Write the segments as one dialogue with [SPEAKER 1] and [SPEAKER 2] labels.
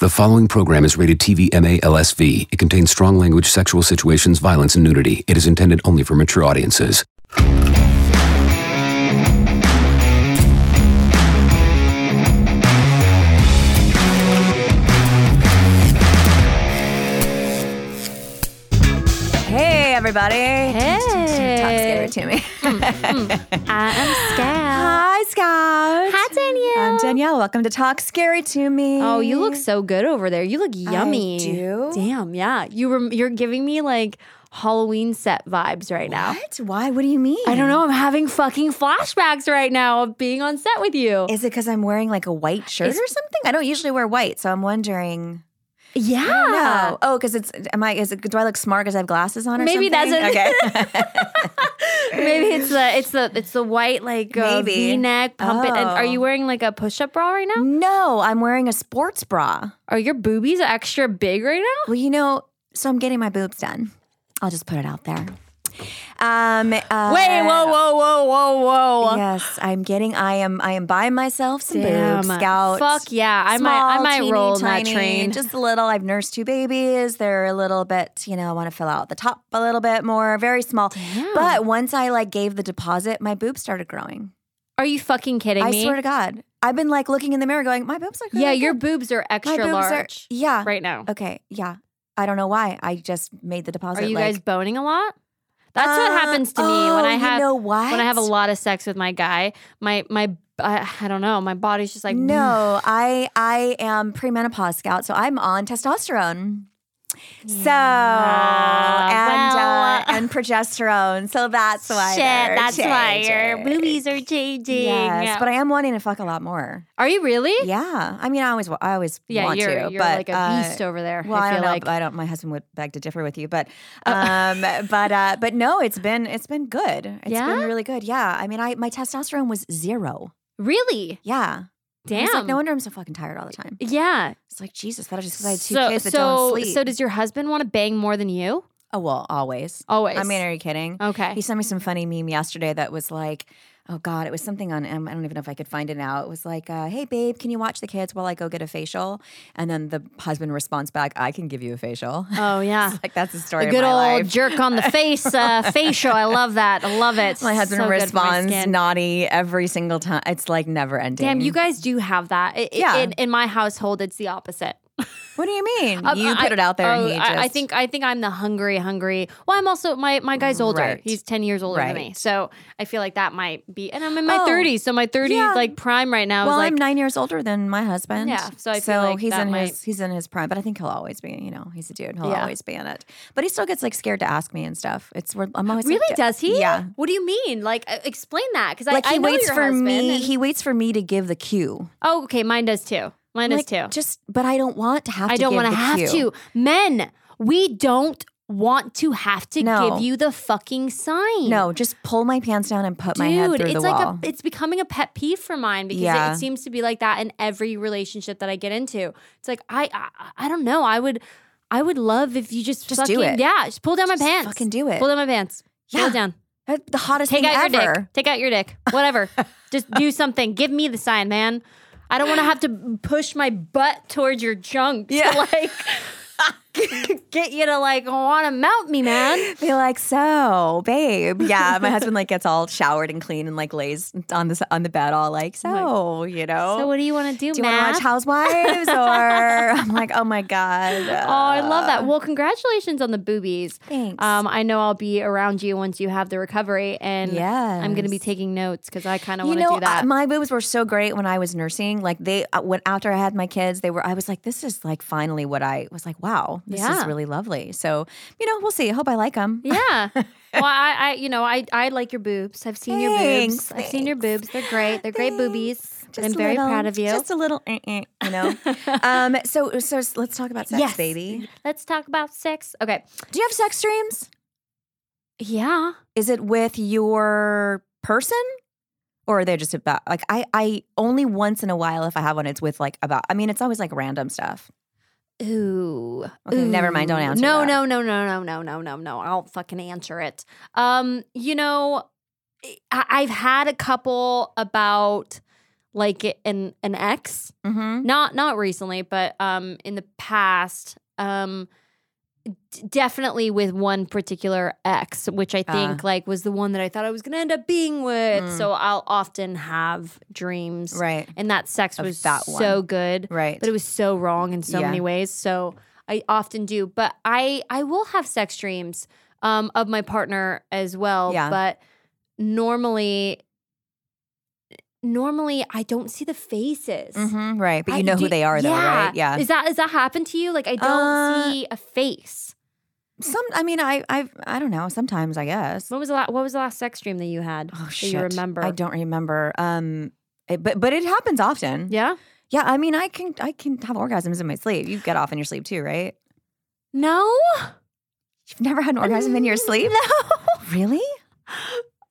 [SPEAKER 1] The following program is rated TVMA LSV. It contains strong language, sexual situations, violence, and nudity. It is intended only for mature audiences.
[SPEAKER 2] Hey, everybody. Hey. Talk scary to me.
[SPEAKER 3] I'm scared.
[SPEAKER 2] Hi, Scott.
[SPEAKER 3] Hi, Danielle.
[SPEAKER 2] I'm Danielle. Welcome to Talk Scary to Me.
[SPEAKER 3] Oh, you look so good over there. You look yummy.
[SPEAKER 2] do?
[SPEAKER 3] Damn, yeah. You were you're giving me like Halloween set vibes right now.
[SPEAKER 2] What? Why? What do you mean?
[SPEAKER 3] I don't know. I'm having fucking flashbacks right now of being on set with you.
[SPEAKER 2] Is it because I'm wearing like a white shirt or something? I don't usually wear white, so I'm wondering.
[SPEAKER 3] yeah.
[SPEAKER 2] No. Oh, because it's am I? Is it? Do I look smart because I have glasses on? or
[SPEAKER 3] Maybe that's
[SPEAKER 2] something?
[SPEAKER 3] it. Maybe it's the it's the it's the white like uh,
[SPEAKER 2] Maybe.
[SPEAKER 3] V-neck pump it. And
[SPEAKER 2] Oh.
[SPEAKER 3] are you wearing like a push-up bra right now?
[SPEAKER 2] no, I'm wearing a sports bra.
[SPEAKER 3] Are your boobies extra big right now?
[SPEAKER 2] Well, you know, so I'm getting my boobs done. I'll just put it out there. Um. uh,
[SPEAKER 3] Wait, whoa, whoa, whoa, whoa, whoa.
[SPEAKER 2] Yes, I'm getting. I am. I am buying myself some boobs.
[SPEAKER 3] Damn.
[SPEAKER 2] Scout.
[SPEAKER 3] Fuck yeah. I might- I might
[SPEAKER 2] teeny,
[SPEAKER 3] roll on that
[SPEAKER 2] tiny,
[SPEAKER 3] train.
[SPEAKER 2] Just a little. I've nursed two babies. They're a little bit. You know, I want to fill out the top a little bit more. Very small. But once I like gave the deposit, my boobs started growing.
[SPEAKER 3] Are you fucking kidding
[SPEAKER 2] I
[SPEAKER 3] me?
[SPEAKER 2] swear to God, I've been like looking in the mirror, going, my boobs are. Growing
[SPEAKER 3] yeah, your
[SPEAKER 2] up.
[SPEAKER 3] boobs are
[SPEAKER 2] my
[SPEAKER 3] extra
[SPEAKER 2] boobs
[SPEAKER 3] large.
[SPEAKER 2] are. Yeah.
[SPEAKER 3] Right now.
[SPEAKER 2] Okay. Yeah. I don't know why. I just made the deposit.
[SPEAKER 3] Are you
[SPEAKER 2] like-
[SPEAKER 3] guys boning a lot? That's what
[SPEAKER 2] Uh,
[SPEAKER 3] happens to me when
[SPEAKER 2] oh,
[SPEAKER 3] I
[SPEAKER 2] you
[SPEAKER 3] have
[SPEAKER 2] know
[SPEAKER 3] when I have a
[SPEAKER 2] what?
[SPEAKER 3] lot of sex with my guy. My my I, I don't know. My body's just like "Mm,
[SPEAKER 2] no, I I am premenopause scout, so I'm on testosterone. So and
[SPEAKER 3] well-
[SPEAKER 2] uh, and progesterone, so that's why.
[SPEAKER 3] Shit,
[SPEAKER 2] they're
[SPEAKER 3] that's why your
[SPEAKER 2] changing.
[SPEAKER 3] boobies are changing.
[SPEAKER 2] Yes, but I am wanting to fuck a lot more.
[SPEAKER 3] are you really?
[SPEAKER 2] Yeah, I mean, I always, wa- I always
[SPEAKER 3] Yeah,
[SPEAKER 2] want
[SPEAKER 3] you're
[SPEAKER 2] to,
[SPEAKER 3] you're
[SPEAKER 2] but
[SPEAKER 3] like a
[SPEAKER 2] uh,
[SPEAKER 3] beast over there.
[SPEAKER 2] Well,
[SPEAKER 3] I
[SPEAKER 2] I,
[SPEAKER 3] feel
[SPEAKER 2] don't know.
[SPEAKER 3] like Oh.
[SPEAKER 2] but I don't. My husband would beg to differ with you, but um, but uh, but no, it's been it's been good. It's
[SPEAKER 3] Yeah?
[SPEAKER 2] been really good. Yeah, I mean, I my testosterone was zero.
[SPEAKER 3] really.
[SPEAKER 2] Yeah, I
[SPEAKER 3] Damn.
[SPEAKER 2] was like, no wonder I'm so fucking tired all the time.
[SPEAKER 3] yeah.
[SPEAKER 2] It's like Jesus. That was just because I had two
[SPEAKER 3] so
[SPEAKER 2] kids that
[SPEAKER 3] so
[SPEAKER 2] don't sleep.
[SPEAKER 3] so does your husband want to bang more than you?
[SPEAKER 2] oh well, always.
[SPEAKER 3] Always.
[SPEAKER 2] I mean, are you kidding?
[SPEAKER 3] Okay.
[SPEAKER 2] He sent me some funny meme yesterday that was like, oh God, it was something on, um, I don't even know if I could find it now. It was like, uh, hey, babe, can you watch the kids while I go get a facial? And then the husband responds back, I can give you a facial.
[SPEAKER 3] Oh yeah.
[SPEAKER 2] like, that's the story
[SPEAKER 3] A
[SPEAKER 2] of
[SPEAKER 3] good
[SPEAKER 2] my
[SPEAKER 3] old
[SPEAKER 2] life.
[SPEAKER 3] jerk on the face uh, facial. I love that. I love it.
[SPEAKER 2] my husband
[SPEAKER 3] So good for my
[SPEAKER 2] responds
[SPEAKER 3] skin.
[SPEAKER 2] naughty every single time. It's like never ending.
[SPEAKER 3] Damn, you guys do have that. I- I-
[SPEAKER 2] Yeah.
[SPEAKER 3] In, in my household, it's the opposite.
[SPEAKER 2] What do you mean?
[SPEAKER 3] Um,
[SPEAKER 2] you
[SPEAKER 3] I-
[SPEAKER 2] put it out there
[SPEAKER 3] oh,
[SPEAKER 2] and he just.
[SPEAKER 3] I, I think I think I'm the hungry, hungry. Well, I'm also my my guy's older.
[SPEAKER 2] Right.
[SPEAKER 3] He's ten years older
[SPEAKER 2] Right.
[SPEAKER 3] than me, so I feel like that might be. And I'm in my
[SPEAKER 2] Oh.
[SPEAKER 3] 30s, so my 30s
[SPEAKER 2] Yeah.
[SPEAKER 3] like prime right now
[SPEAKER 2] well,
[SPEAKER 3] is like
[SPEAKER 2] I'm nine years older than my husband.
[SPEAKER 3] Yeah, so I feel like
[SPEAKER 2] he's
[SPEAKER 3] that
[SPEAKER 2] in
[SPEAKER 3] might-
[SPEAKER 2] his he's in his prime, but I think he'll always be. You know, he's a dude. He'll
[SPEAKER 3] Yeah.
[SPEAKER 2] always be in it. But he still gets like scared to ask me and stuff. It's where I'm always like,
[SPEAKER 3] really
[SPEAKER 2] "D-
[SPEAKER 3] does he?
[SPEAKER 2] Yeah.
[SPEAKER 3] What do you mean? Like uh, explain that because
[SPEAKER 2] Like
[SPEAKER 3] I,
[SPEAKER 2] he
[SPEAKER 3] I know
[SPEAKER 2] waits
[SPEAKER 3] your
[SPEAKER 2] for
[SPEAKER 3] husband
[SPEAKER 2] me.
[SPEAKER 3] and-
[SPEAKER 2] He waits for me to give the cue.
[SPEAKER 3] oh, okay. Mine does too. Mine
[SPEAKER 2] I'm
[SPEAKER 3] does too.
[SPEAKER 2] like, Just, but I don't want to have.
[SPEAKER 3] I
[SPEAKER 2] to
[SPEAKER 3] don't
[SPEAKER 2] give
[SPEAKER 3] want to
[SPEAKER 2] the
[SPEAKER 3] have
[SPEAKER 2] cue.
[SPEAKER 3] to. Men, we don't want to have to
[SPEAKER 2] No.
[SPEAKER 3] give you the fucking sign.
[SPEAKER 2] No, just pull my pants down and put
[SPEAKER 3] Dude,
[SPEAKER 2] my head through
[SPEAKER 3] it's
[SPEAKER 2] the
[SPEAKER 3] like
[SPEAKER 2] wall.
[SPEAKER 3] a it's becoming a pet peeve for mine because it- it,
[SPEAKER 2] Yeah.
[SPEAKER 3] seems to be like that in every relationship that I get into. It's like I I, I don't know. I would I would love if you just
[SPEAKER 2] Just
[SPEAKER 3] fucking
[SPEAKER 2] do it.
[SPEAKER 3] yeah, just pull down my pants.
[SPEAKER 2] fucking do it.
[SPEAKER 3] Pull down my pants. Pull
[SPEAKER 2] Yeah.
[SPEAKER 3] it down.
[SPEAKER 2] That's the hottest
[SPEAKER 3] Take
[SPEAKER 2] thing
[SPEAKER 3] out
[SPEAKER 2] ever.
[SPEAKER 3] your dick. Take out your dick. Whatever. just do something. Give me the sign, man. I don't want to have to push my butt towards your junk. Yeah. like get you to like want to mount me, man.
[SPEAKER 2] Be like, so, babe. Yeah, my husband like gets all showered and clean and like lays on the on the bed all like, so, you know.
[SPEAKER 3] So what do you want to do,
[SPEAKER 2] do you want to
[SPEAKER 3] Matt?
[SPEAKER 2] watch Housewives? Or I'm like, oh my god.
[SPEAKER 3] Oh, I love that. Well, congratulations on the boobies.
[SPEAKER 2] Uh, Thanks.
[SPEAKER 3] Um, I know I'll be around you once you have the recovery, and I'm going to be
[SPEAKER 2] Yes.
[SPEAKER 3] taking notes because I kind of
[SPEAKER 2] you
[SPEAKER 3] want to
[SPEAKER 2] know,
[SPEAKER 3] do that.
[SPEAKER 2] uh, my boobs were so great when I was nursing. Like they, uh, when after I had my kids, they were. I was like, this is like finally what I was like. Wow, this is
[SPEAKER 3] Yeah.
[SPEAKER 2] really lovely. So, you know, we'll see. I hope I like them.
[SPEAKER 3] yeah. Well, I, I, you know, I, I like your boobs. I've seen your boobs.
[SPEAKER 2] Thanks,
[SPEAKER 3] I've seen your boobs. They're great. They're great boobies.
[SPEAKER 2] Just
[SPEAKER 3] I'm
[SPEAKER 2] a
[SPEAKER 3] very
[SPEAKER 2] little-
[SPEAKER 3] proud of you.
[SPEAKER 2] Just a little, uh, uh, you know. um. So, so s- let's talk about sex,
[SPEAKER 3] Yes.
[SPEAKER 2] baby.
[SPEAKER 3] Let's talk about sex. Okay.
[SPEAKER 2] Do you have sex dreams?
[SPEAKER 3] Yeah.
[SPEAKER 2] Is it with your person? Or are they just about like I I only once in a while if I have one it's with like about I mean it's always like random stuff.
[SPEAKER 3] Ooh.
[SPEAKER 2] Okay, never mind, don't
[SPEAKER 3] Ooh.
[SPEAKER 2] answer
[SPEAKER 3] No,
[SPEAKER 2] that.
[SPEAKER 3] no, no, no, no, no, no, no, no. I'll fucking answer it. Um, you know, I- I've had a couple about like an an ex.
[SPEAKER 2] Mm-hmm.
[SPEAKER 3] Not not recently, but um in the past. Um d- definitely with one particular ex, which I think like was the one that I thought I was gonna end up being with.
[SPEAKER 2] Ah. Mm.
[SPEAKER 3] So I'll often have dreams.
[SPEAKER 2] Right.
[SPEAKER 3] And that sex
[SPEAKER 2] Of
[SPEAKER 3] was
[SPEAKER 2] that one.
[SPEAKER 3] so good
[SPEAKER 2] Right.
[SPEAKER 3] but it was so wrong in so
[SPEAKER 2] Yeah.
[SPEAKER 3] many ways. So I often do, but I I will have sex dreams um, of my partner as well.
[SPEAKER 2] Yeah.
[SPEAKER 3] But normally, normally I don't see the faces.
[SPEAKER 2] Mhm, right, but you
[SPEAKER 3] I-
[SPEAKER 2] know
[SPEAKER 3] do-
[SPEAKER 2] who they are, though,
[SPEAKER 3] yeah.
[SPEAKER 2] right? Yeah.
[SPEAKER 3] Is that has that happened to you? Like I don't
[SPEAKER 2] Uh,
[SPEAKER 3] see a face.
[SPEAKER 2] Some, I mean, I, I, I don't know. Sometimes, I guess.
[SPEAKER 3] When was the last, what was the last sex dream that you had?
[SPEAKER 2] Oh
[SPEAKER 3] that
[SPEAKER 2] shit!
[SPEAKER 3] you remember?
[SPEAKER 2] I don't remember. Um, it- but but it happens often.
[SPEAKER 3] Yeah.
[SPEAKER 2] Yeah. I mean, I can I can have orgasms in my sleep. You get off in your sleep too, right?
[SPEAKER 3] No,
[SPEAKER 2] You've never had an orgasm in your sleep? No. Mm-hmm. Really?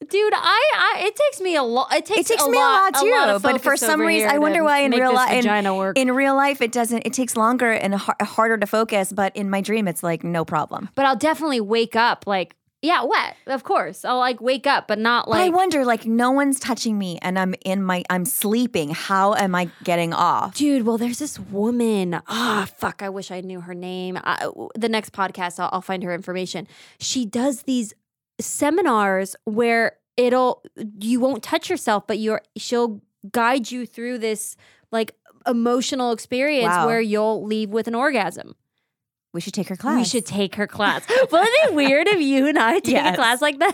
[SPEAKER 3] dude. I, I it takes me a lot. It takes
[SPEAKER 2] It takes
[SPEAKER 3] a
[SPEAKER 2] me a
[SPEAKER 3] lot,
[SPEAKER 2] lot, too.
[SPEAKER 3] lot of
[SPEAKER 2] but for
[SPEAKER 3] focus
[SPEAKER 2] some
[SPEAKER 3] over
[SPEAKER 2] reason,
[SPEAKER 3] here
[SPEAKER 2] I wonder
[SPEAKER 3] to
[SPEAKER 2] why in
[SPEAKER 3] make
[SPEAKER 2] real
[SPEAKER 3] this
[SPEAKER 2] life,
[SPEAKER 3] vagina work.
[SPEAKER 2] in real life, it doesn't. It takes longer and har- harder to focus. But in my dream, it's like no problem.
[SPEAKER 3] but I'll definitely wake up like, yeah, wet, of course. I'll like wake up, but not
[SPEAKER 2] But I
[SPEAKER 3] like.
[SPEAKER 2] wonder, like, no one's touching me, and I'm in my, I'm sleeping. How am I getting off?
[SPEAKER 3] Dude, well, there's this woman. Ah, fuck. I wish I knew her name. I, w- the next podcast, I'll, I'll find her information. She does these seminars where it'll you won't touch yourself, but you're she'll guide you through this like emotional experience
[SPEAKER 2] Wow.
[SPEAKER 3] where you'll leave with an orgasm.
[SPEAKER 2] We should take her class.
[SPEAKER 3] We should take her class. Wasn't it weird if you and I take
[SPEAKER 2] Yes.
[SPEAKER 3] a class like that?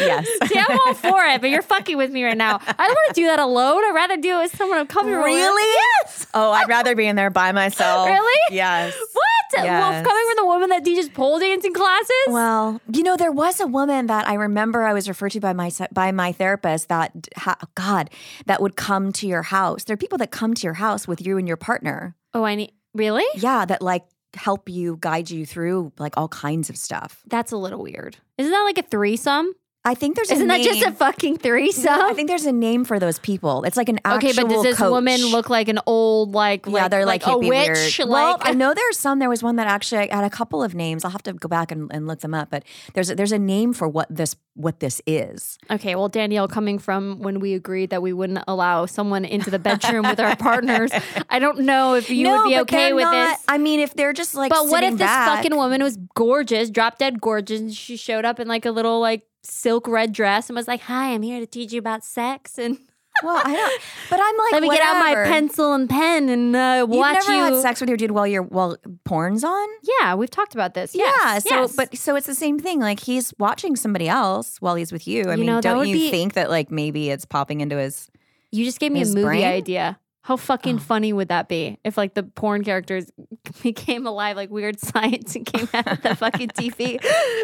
[SPEAKER 2] Yes.
[SPEAKER 3] See, I'm all for it, but you're fucking with me right now. I don't want to do that alone. I'd rather do it with someone I'm comfortable with.
[SPEAKER 2] Really? Yes. Oh, I'd rather be in there by myself.
[SPEAKER 3] Really?
[SPEAKER 2] Yes.
[SPEAKER 3] What? Well,
[SPEAKER 2] Yes.
[SPEAKER 3] coming from the woman that teaches pole dancing classes?
[SPEAKER 2] Well, you know, there was a woman that I remember I was referred to by my by my therapist that d- ha, God that would come to your house. There are people that come to your house with you and your partner.
[SPEAKER 3] Oh, I need. Really?
[SPEAKER 2] Yeah, that like help you guide you through like all kinds of stuff.
[SPEAKER 3] That's a little weird. Isn't that like a threesome?
[SPEAKER 2] I think there's
[SPEAKER 3] Isn't
[SPEAKER 2] a
[SPEAKER 3] that
[SPEAKER 2] name.
[SPEAKER 3] just a fucking threesome?
[SPEAKER 2] No, I think there's a name for those people. It's like an actual
[SPEAKER 3] okay, but does this
[SPEAKER 2] coach.
[SPEAKER 3] woman look like an old like
[SPEAKER 2] yeah,
[SPEAKER 3] like,
[SPEAKER 2] they're like,
[SPEAKER 3] a
[SPEAKER 2] hippie
[SPEAKER 3] witch?
[SPEAKER 2] Weird. well,
[SPEAKER 3] Like
[SPEAKER 2] I know there's some. There was one that actually had a couple of names. I'll have to go back and, and look them up. But there's a, there's a name for what this what this is.
[SPEAKER 3] Okay, well, Danielle, coming from when we agreed that we wouldn't allow someone into the bedroom with our partners, I don't know if you would be
[SPEAKER 2] but
[SPEAKER 3] okay
[SPEAKER 2] they're
[SPEAKER 3] with
[SPEAKER 2] not-
[SPEAKER 3] this.
[SPEAKER 2] I mean, if they're just like,
[SPEAKER 3] But what if
[SPEAKER 2] sitting
[SPEAKER 3] this
[SPEAKER 2] back-
[SPEAKER 3] fucking woman was gorgeous, drop dead gorgeous, and she showed up in like a little like silk red dress and was like, "Hi, I'm here to teach you about sex and
[SPEAKER 2] Well, I don't. But I'm like,
[SPEAKER 3] let me get out my
[SPEAKER 2] whatever.
[SPEAKER 3] pencil and pen and uh,
[SPEAKER 2] You've
[SPEAKER 3] watch
[SPEAKER 2] never
[SPEAKER 3] you."
[SPEAKER 2] had sex with your dude while you're while porn's on.
[SPEAKER 3] Yeah, we've talked about this.
[SPEAKER 2] yeah.
[SPEAKER 3] Yes,
[SPEAKER 2] So,
[SPEAKER 3] yes.
[SPEAKER 2] but so it's the same thing. Like he's watching somebody else while he's with you. I
[SPEAKER 3] You
[SPEAKER 2] mean,
[SPEAKER 3] know, that
[SPEAKER 2] don't
[SPEAKER 3] would
[SPEAKER 2] you
[SPEAKER 3] be-
[SPEAKER 2] think that like maybe it's popping into his?
[SPEAKER 3] you just gave me a
[SPEAKER 2] His
[SPEAKER 3] movie
[SPEAKER 2] brain?
[SPEAKER 3] idea. How
[SPEAKER 2] Oh.
[SPEAKER 3] fucking funny would that be if like the porn characters became alive like weird science and came out of the fucking TV?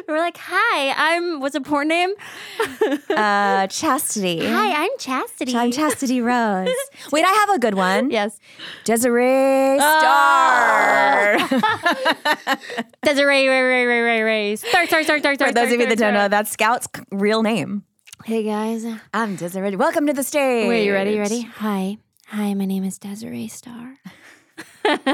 [SPEAKER 3] We're like, hi, I'm what's a porn name?
[SPEAKER 2] Uh, chastity.
[SPEAKER 3] Hi, I'm Chastity.
[SPEAKER 2] I'm Chastity Rose. Wait, I have a good one.
[SPEAKER 3] yes, Oh.
[SPEAKER 2] Desiree Star.
[SPEAKER 3] Desiree. Ray, Ray, Ray, Ray, Ray. Star, star, star, star, star.
[SPEAKER 2] For those of you that don't know,
[SPEAKER 3] that.
[SPEAKER 2] that's Scout's c- real name.
[SPEAKER 3] Hey guys,
[SPEAKER 2] I'm Desiree. Welcome to the stage.
[SPEAKER 3] wait, you ready? You ready? Hi, hi. My name is Desiree Star. That's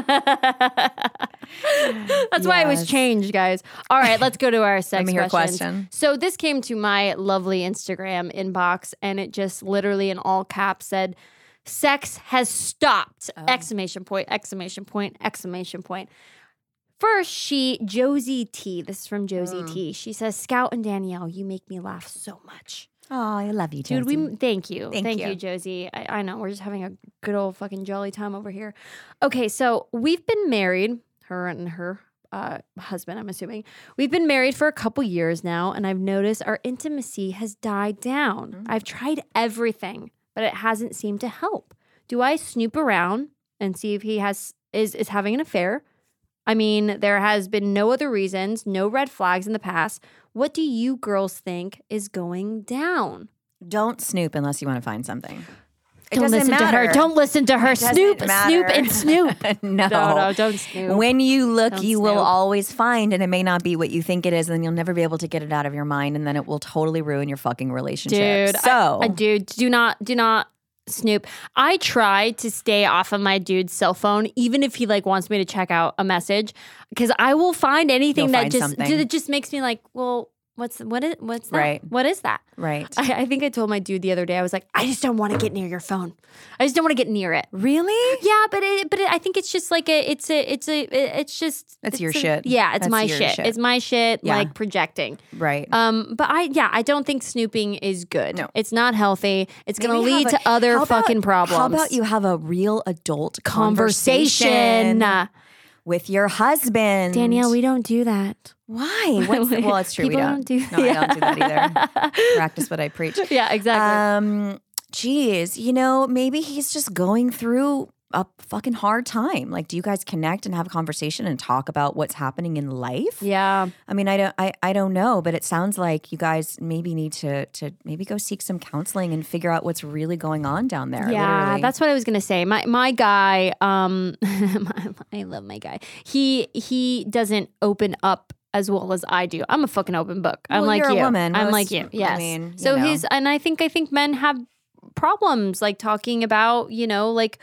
[SPEAKER 3] why it was
[SPEAKER 2] Yes.
[SPEAKER 3] changed, guys. All right, let's go to our sex
[SPEAKER 2] me hear a
[SPEAKER 3] questions.
[SPEAKER 2] question.
[SPEAKER 3] So this came to my lovely Instagram inbox, and it just literally in all caps said,
[SPEAKER 2] Oh.
[SPEAKER 3] "Sex has stopped!" Exclamation point! Exclamation point! Exclamation point! First, she, Josie T, this is from Josie
[SPEAKER 2] Mm.
[SPEAKER 3] T. She says, Scout and Danielle, you make me laugh so much.
[SPEAKER 2] Oh, I love you,
[SPEAKER 3] Dude, we thank you.
[SPEAKER 2] Thank
[SPEAKER 3] Thank, you.
[SPEAKER 2] you.
[SPEAKER 3] Josie. I, I know we're just having a good old fucking jolly time over here. Okay, so we've been married, her and her uh, husband, I'm assuming. We've been married for a couple years now, and I've noticed our intimacy has died down. I've tried everything, but it hasn't seemed to help. Do I snoop around and see if he has is is having an affair? I mean, there has been no other reasons, no red flags in the past. What do you girls think is going down?
[SPEAKER 2] Don't snoop unless you want to find something. It
[SPEAKER 3] don't
[SPEAKER 2] doesn't
[SPEAKER 3] listen
[SPEAKER 2] matter.
[SPEAKER 3] to her. Don't listen to her.
[SPEAKER 2] doesn't
[SPEAKER 3] Snoop, snoop,
[SPEAKER 2] matter.
[SPEAKER 3] and snoop.
[SPEAKER 2] no.
[SPEAKER 3] don't snoop.
[SPEAKER 2] When you look,
[SPEAKER 3] Don't
[SPEAKER 2] you will
[SPEAKER 3] snoop.
[SPEAKER 2] always find, and it may not be what you think it is, and then you'll never be able to get it out of your mind, and then it will totally ruin your fucking relationship.
[SPEAKER 3] Dude, I-
[SPEAKER 2] so
[SPEAKER 3] Uh, dude, do not, do not snoop. I try to stay off of my dude's cell phone, even if he like wants me to check out a message, because I will find anything
[SPEAKER 2] You'll
[SPEAKER 3] that
[SPEAKER 2] find
[SPEAKER 3] just
[SPEAKER 2] something.
[SPEAKER 3] that just makes me like, well, what's what is what's that?
[SPEAKER 2] Right.
[SPEAKER 3] What is that?
[SPEAKER 2] right,
[SPEAKER 3] I, I think I told my dude the other day. I was like, I just don't want to get near your phone. I just don't want to get near it.
[SPEAKER 2] really?
[SPEAKER 3] Yeah, but it, but it, I think it's just like a it's a it's a it's just
[SPEAKER 2] That's your
[SPEAKER 3] a-
[SPEAKER 2] shit.
[SPEAKER 3] Yeah, it's
[SPEAKER 2] That's
[SPEAKER 3] my
[SPEAKER 2] your
[SPEAKER 3] shit.
[SPEAKER 2] shit.
[SPEAKER 3] It's my shit.
[SPEAKER 2] Yeah.
[SPEAKER 3] Like projecting.
[SPEAKER 2] Right.
[SPEAKER 3] Um, but I yeah, I don't think snooping is good.
[SPEAKER 2] No.
[SPEAKER 3] it's not healthy. It's going to
[SPEAKER 2] Maybe
[SPEAKER 3] lead
[SPEAKER 2] have a-
[SPEAKER 3] to other
[SPEAKER 2] how about-
[SPEAKER 3] fucking problems.
[SPEAKER 2] How about you have a real adult
[SPEAKER 3] conversation,
[SPEAKER 2] conversation, with your husband,
[SPEAKER 3] Danielle? We don't do that.
[SPEAKER 2] why? What's the- well, it's true.
[SPEAKER 3] People
[SPEAKER 2] we
[SPEAKER 3] don't
[SPEAKER 2] don't.
[SPEAKER 3] do
[SPEAKER 2] no, I don't do that either.
[SPEAKER 3] either.
[SPEAKER 2] Practice what I preach.
[SPEAKER 3] yeah, exactly.
[SPEAKER 2] Um, geez, you know, maybe he's just going through a fucking hard time. Like, do you guys connect and have a conversation and talk about what's happening in life?
[SPEAKER 3] yeah,
[SPEAKER 2] I mean, I don't, I, I don't know, but it sounds like you guys maybe need to, to maybe go seek some counseling and figure out what's really going on down there.
[SPEAKER 3] yeah,
[SPEAKER 2] literally.
[SPEAKER 3] that's what I was gonna say. My my guy, um, my, I love my guy. He he doesn't open up as well as I do. I'm a fucking open book. I'm
[SPEAKER 2] Well,
[SPEAKER 3] like
[SPEAKER 2] you're a
[SPEAKER 3] you.
[SPEAKER 2] woman.
[SPEAKER 3] I'm
[SPEAKER 2] Most-
[SPEAKER 3] like you.
[SPEAKER 2] I
[SPEAKER 3] Yes.
[SPEAKER 2] mean, you
[SPEAKER 3] so
[SPEAKER 2] know.
[SPEAKER 3] his and I think I think men have problems like talking about you know like.